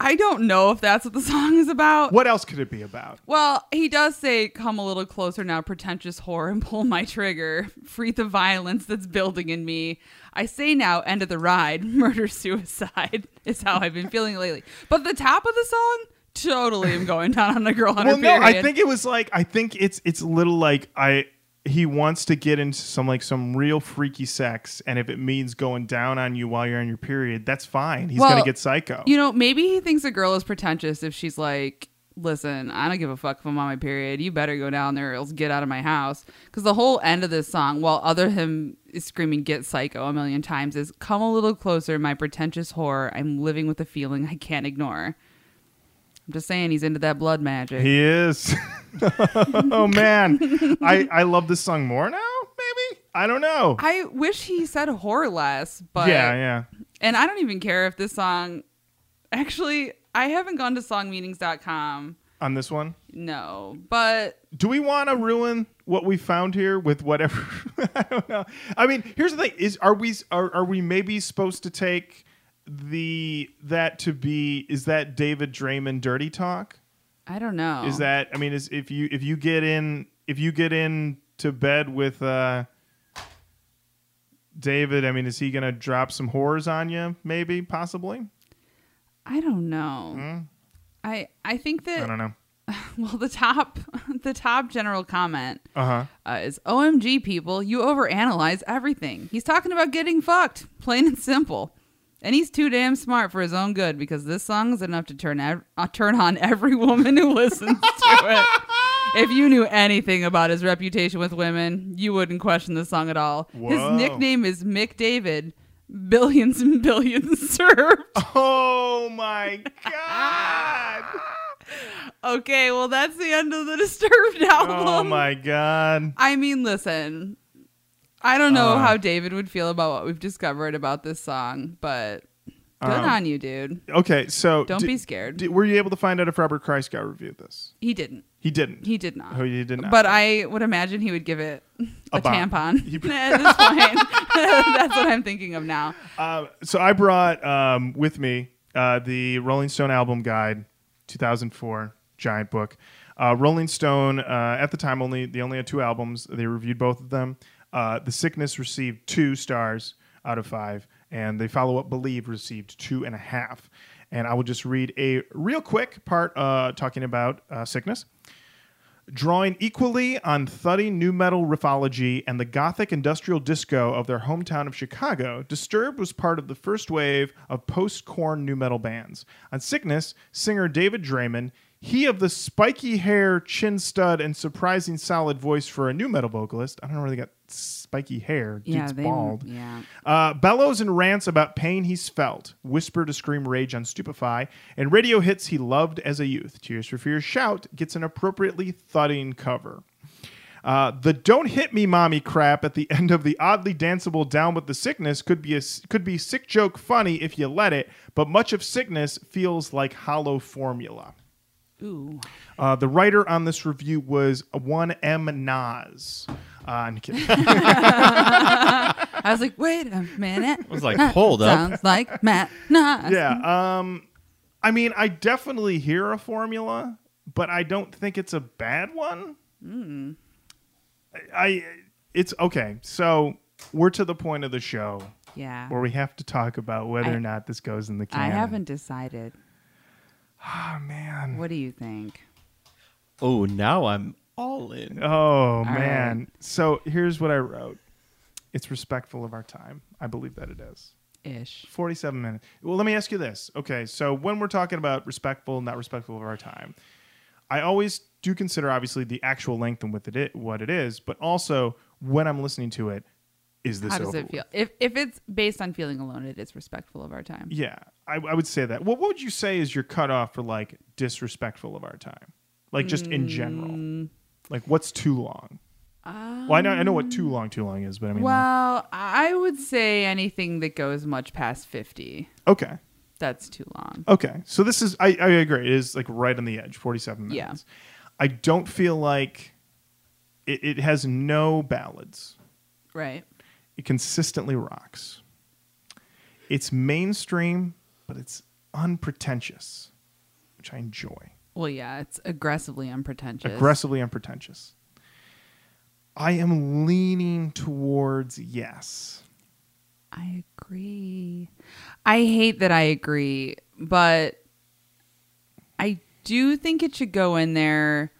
S3: I don't know if that's what the song is about.
S1: What else could it be about?
S3: Well, he does say, "Come a little closer now, pretentious whore, and pull my trigger. Free the violence that's building in me. I say now, end of the ride. Murder suicide is how I've been feeling lately." But the top of the song, totally, am going down on a girl on
S1: Well,
S3: her
S1: no,
S3: period.
S1: I think it was like I think it's it's a little like I he wants to get into some like some real freaky sex, and if it means going down on you while you're on your period, that's fine. He's
S3: Well,
S1: gonna get psycho.
S3: You know, maybe he thinks a girl is pretentious if she's like, listen, I don't give a fuck if I'm on my period. You better go down there or else get out of my house. Because the whole end of this song, while other him is screaming, get psycho a million times, is come a little closer, my pretentious whore. I'm living with a feeling I can't ignore. I'm just saying he's into that blood magic.
S1: he is. oh man, I I love this song more now. Maybe I don't know.
S3: I wish he said whore less, but
S1: yeah, yeah.
S3: And I don't even care if this song actually I haven't gone to songmeanings.com.
S1: On this one,
S3: No, but
S1: do we want to ruin what we found here with whatever? I don't know. I mean, here's the thing: is are we are, are we maybe supposed to take the that to be is that David Draymond dirty talk?
S3: I don't know.
S1: Is that I mean, is if you if you get in if you get in to bed with uh David, I mean, is he gonna drop some horrors on you? Maybe, possibly.
S3: I don't know. I I think that
S1: Hmm? I don't know.
S3: well the top the top general comment
S1: Uh huh.
S3: uh, is OMG people you overanalyze everything. He's talking about getting fucked, plain and simple. And he's too damn smart for his own good because this song is enough to turn ev- uh, turn on every woman who listens to it. If you knew anything about his reputation with women, you wouldn't question this song at all.
S1: Whoa.
S3: His nickname is Mick David. Billions and billions served.
S1: Oh my god!
S3: Okay, well, that's the end of the Disturbed album.
S1: oh my god!
S3: I mean, listen, I don't know
S1: Uh.
S3: how David would feel about what we've discovered about this song, but good
S1: Um,
S3: on you, dude.
S1: Okay, so
S3: Don't
S1: di-
S3: be scared.
S1: di- were you able to find out if Robert Kreisgau reviewed this?
S3: he didn't.
S1: He didn't.
S3: He did not.
S1: Oh, he did not.
S3: But I would imagine he would give it a,
S1: A bomb.
S3: tampon
S1: He-
S3: at this point. That's what I'm thinking of now.
S1: Uh, so I brought um, with me uh, the Rolling Stone album guide, 2004, giant book. Uh, Rolling Stone uh, at the time only they only had two albums. They reviewed both of them. Uh, the Sickness received two stars out of five, and the follow up Believe received two and a half. And I will just read a real quick part uh, talking about uh, Sickness drawing equally on thuddy new metal riffology and the gothic industrial disco of their hometown of Chicago, Disturbed was part of the first wave of post-corn new metal bands. On Sickness, singer David Draymond, he of the spiky hair, chin stud, and surprising solid voice for a new metal vocalist. I don't know where they got spiky hair. Dude's
S3: yeah, they.
S1: bald.
S3: Yeah.
S1: Uh, bellows and rants about pain he's felt, whisper to scream rage on Stupefy, and radio hits he loved as a youth. Tears for Fears shout gets an appropriately thudding cover. Uh, the "Don't hit me, mommy" crap at the end of the oddly danceable "Down with the Sickness" could be a could be sick joke funny if you let it, but much of sickness feels like hollow formula.
S3: Ooh.
S1: Uh, the writer on this review was one M Nas. Uh, I'm kidding.
S3: I was like, wait a minute.
S4: I was like, hold up.
S3: Sounds like Matt. Nah.
S1: yeah. Um, I mean, I definitely hear a formula,
S3: Mm.
S1: but I don't think it's a bad one. I, it's okay. So we're to the point of the show
S3: Yeah.
S1: where we have to talk about whether
S3: Ah. I-
S1: or not this goes in the
S3: I
S1: canon.
S3: haven't decided.
S1: Oh man.
S3: What do you think?
S4: Oh, now I'm all in.
S1: Oh
S3: right.
S1: man. So here's what I wrote. It's respectful of our time. I believe that it is.
S3: Ish.
S1: 47 minutes. Well, let me ask you this. Okay, so when we're talking about respectful, not respectful of our time, I always do consider obviously the actual length and what it is, what it is, but also when I'm listening to it, is this
S3: How does
S1: over
S3: it
S1: with?
S3: feel? If if it's based on feeling alone, it is respectful of our time.
S1: Yeah, I, I would say that. What what would you say is your cutoff for like disrespectful of our time? Like just in general,
S3: Mm.
S1: like what's too long? well, I know I know what too long too long is, but I mean,
S3: Um, Well, I would say anything that goes much past fifty.
S1: okay.
S3: That's too long.
S1: Okay. So this is I, I agree. It is like right on the edge, forty seven
S3: Yeah.
S1: minutes. I don't feel like it, it has no ballads.
S3: Right.
S1: It consistently rocks. It's mainstream, but it's unpretentious, which I enjoy.
S3: Well, yeah, it's aggressively unpretentious.
S1: Aggressively unpretentious. I am leaning towards yes.
S3: I agree. I hate that I agree, but I do think it should go in there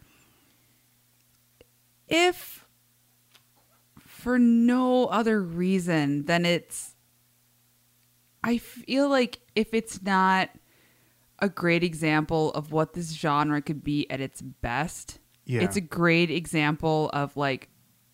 S3: if for no other reason than it's I feel like if it's not a great example of what this genre could be at its best,
S1: Yeah.
S3: it's a great example of like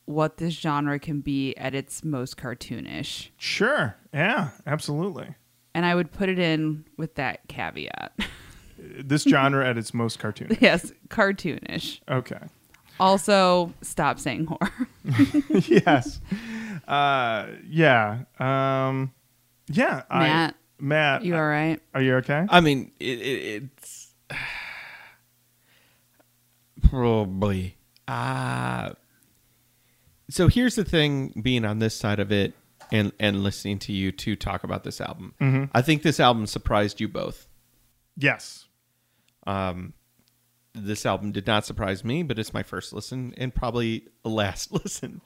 S3: what this genre can be at its most cartoonish
S1: Sure. Yeah, absolutely.
S3: and I would put it in with that caveat.
S1: This genre at its most cartoonish.
S3: yes, cartoonish.
S1: Okay.
S3: Also, stop saying horror.
S1: yes. Uh, yeah. Um, yeah. I,
S3: Matt.
S1: Matt,
S3: You all right?
S1: are you okay?
S4: I mean, it, it, it's probably. Uh, so here's the thing: being on this side of it and and listening to you two talk about this album, I think this album surprised you both.
S1: yes.
S4: This album did not surprise me, but it's my first listen and probably a last listen.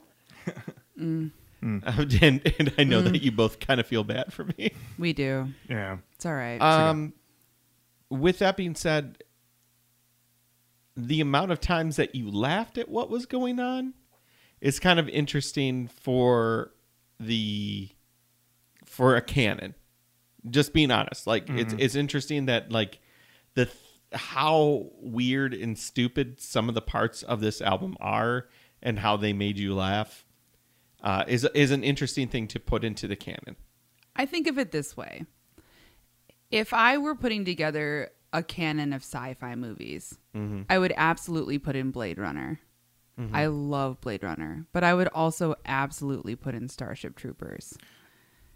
S4: Um, and, and I know that you both kind of feel bad for me.
S3: We do.
S1: Yeah.
S3: It's all right.
S1: Uh,
S4: Um, with that being said, the amount of times that you laughed at what was going on is kind of interesting for the for a canon. Just being honest, like it's
S3: Mm-hmm.
S4: it's interesting that like the th- how weird and stupid some of the parts of this album are, and how they made you laugh, uh, is is an interesting thing to put into the canon.
S3: I think of it this way. If I were putting together a canon of sci-fi movies,
S1: Mm-hmm.
S3: I would absolutely put in Blade Runner. I love Blade Runner, but I would also absolutely put in Starship Troopers.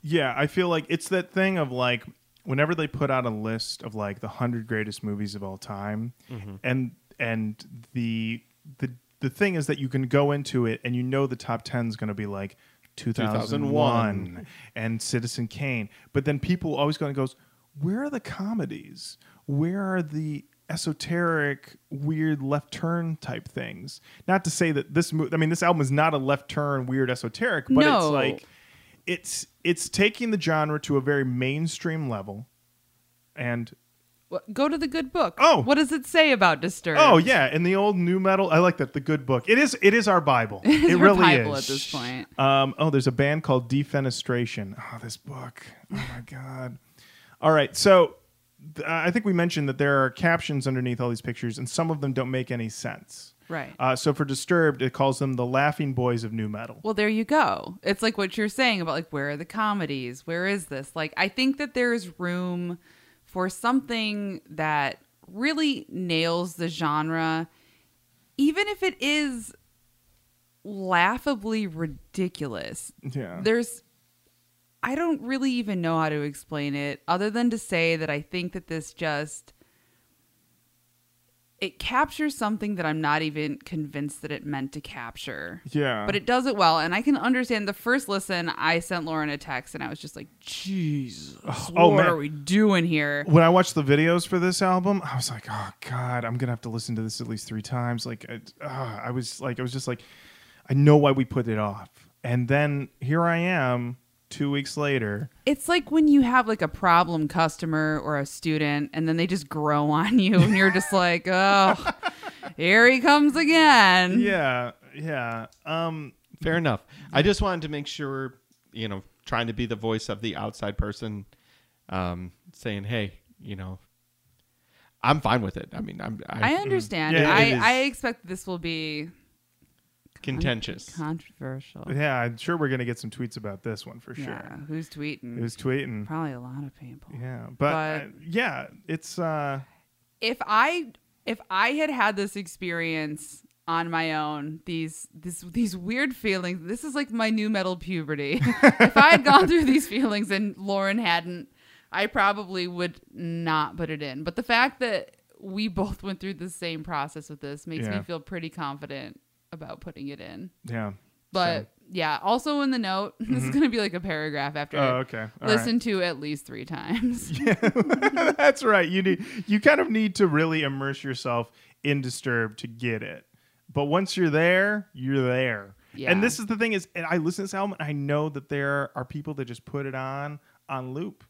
S1: Yeah. I feel like it's that thing of like whenever they put out a list of like the hundred greatest movies of all time, and and the the the thing is that you can go into it and you know the top ten is going to be like 2001 and Citizen Kane, but then people always going to goes, where are the comedies? Where are the esoteric, weird left turn type things? Not to say that this, mo- I mean, this album is not a left turn, weird esoteric, but
S3: No.
S1: it's like it's it's taking the genre to a very mainstream level, and
S3: Wh- Go to the good book.
S1: Oh.
S3: what does it say about Disturbed?
S1: Oh yeah, and the old new metal. I like that. The good book. It is. It is our Bible. it
S3: our
S1: really
S3: Bible
S1: is.
S3: at this point.
S1: Um, oh, there's a band called Defenestration. Oh, this book. Oh my god. All right. So th- I think we mentioned that there are captions underneath all these pictures, and some of them don't make any sense.
S3: right.
S1: Uh, so for Disturbed, it calls them the Laughing Boys of New Metal.
S3: Well, there you go. It's like what you're saying about like where are the comedies? Where is this? Like I think that there's room for something that really nails the genre even if it is laughably ridiculous.
S1: Yeah.
S3: There's I don't really even know how to explain it other than to say that I think that this just it captures something that I'm not even convinced that it meant to capture
S1: yeah.
S3: but it does it well and i can understand the first listen i sent lauren a text and i was just like jesus
S1: oh,
S3: what
S1: man.
S3: are we doing here
S1: when I watched the videos for this album, I was ah, like, oh god, I'm gonna have to listen to this at least three times. Like, I, uh, I was like, I was just like, I know why we put it off. And then here I am two weeks later.
S3: It's like when you have like a problem customer or a student and then they just grow on you and you're just like, oh, here he comes again.
S1: Yeah, yeah. Um,
S4: Fair enough. I just wanted to make sure, you know, trying to be the voice of the outside person, um, saying, "Hey, you know, I'm fine with it." I mean, I'm
S3: I
S4: I,
S3: understand.
S1: Yeah,
S4: it is.
S3: I, I expect this will be
S4: contentious.
S3: controversial.
S1: yeah, I'm sure we're gonna get some tweets about this one for sure.
S3: Yeah. Who's tweeting?
S1: It was tweeting.
S3: Probably a lot of people.
S1: Yeah, but,
S3: But-
S1: uh, yeah, it's uh,
S3: if I if I had had this experience on my own, these this these weird feelings. This is like my new metal puberty. if I had gone through these feelings and Lauren hadn't, I probably would not put it in. But the fact that we both went through the same process with this makes
S1: Yeah.
S3: me feel pretty confident about putting it in.
S1: yeah.
S3: But yeah, also in the note, this is going to be like a paragraph after.
S1: Mm-hmm. Oh, okay. All right.
S3: Listen to at least three times.
S1: That's right. You need you kind of need to really immerse yourself in Disturbed to get it. But once you're there, you're there.
S3: Yeah.
S1: And this is the thing is, and I listen to this album, and I know that there are people that just put it on on loop,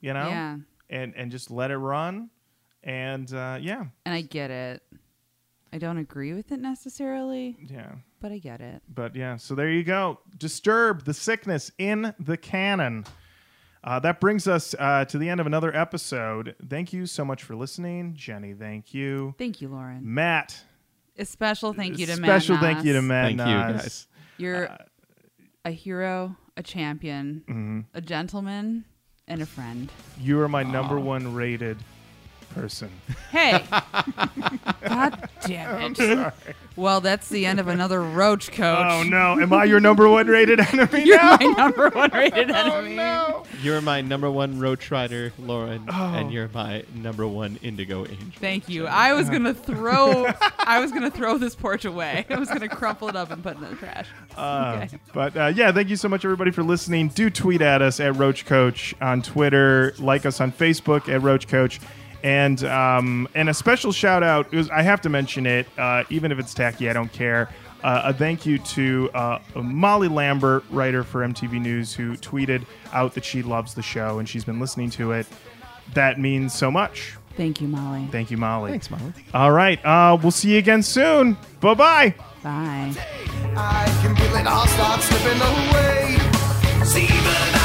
S1: you know,
S3: Yeah.
S1: and and just let it run, and uh, yeah,
S3: and I get it. I don't agree with it necessarily,
S1: yeah.
S3: but I get it.
S1: But yeah, so there you go. Disturb the sickness in the canon. Uh, that brings us uh, to the end of another episode. Thank you so much for listening, Jenny. Thank you,
S3: Thank you, Lauren.
S1: Matt.
S3: A special thank you to Matt.
S1: special thank you to Uh,
S3: Noss.
S1: Matt.
S4: Thank you,
S1: Noss.
S4: guys.
S3: You're a hero, a champion,
S1: Mm-hmm.
S3: a gentleman, and a friend.
S1: You are my number one rated person.
S3: Hey, God damn it! Well, that's the end of another Roach Coach.
S1: Oh no, am I your number one rated enemy
S3: You're
S1: now?
S3: my number one rated enemy.
S1: no.
S4: You're my number one roach rider, Lauren, and you're my number one indigo
S1: Oh,
S4: angel.
S3: Thank you. I was gonna throw, I was gonna throw this porch away. I was gonna crumple it up and put it in the trash.
S1: Uh,
S3: Okay.
S1: But uh, yeah, thank you so much, everybody, for listening. Do tweet at us at Roach Coach on Twitter. Like us on Facebook at Roach Coach. And um, and a special shout out is I have to mention it, uh, even if it's tacky, I don't care. Uh, a thank you to uh, Molly Lambert, writer for MTV News, who tweeted out that she loves the show and she's been listening to it. That means so much.
S3: Thank you, Molly.
S1: Thank you, Molly.
S4: Thanks, Molly.
S1: All right. Uh, we'll see you again soon. Bye bye.
S3: Bye.
S2: I can feel it all start slipping away. See, but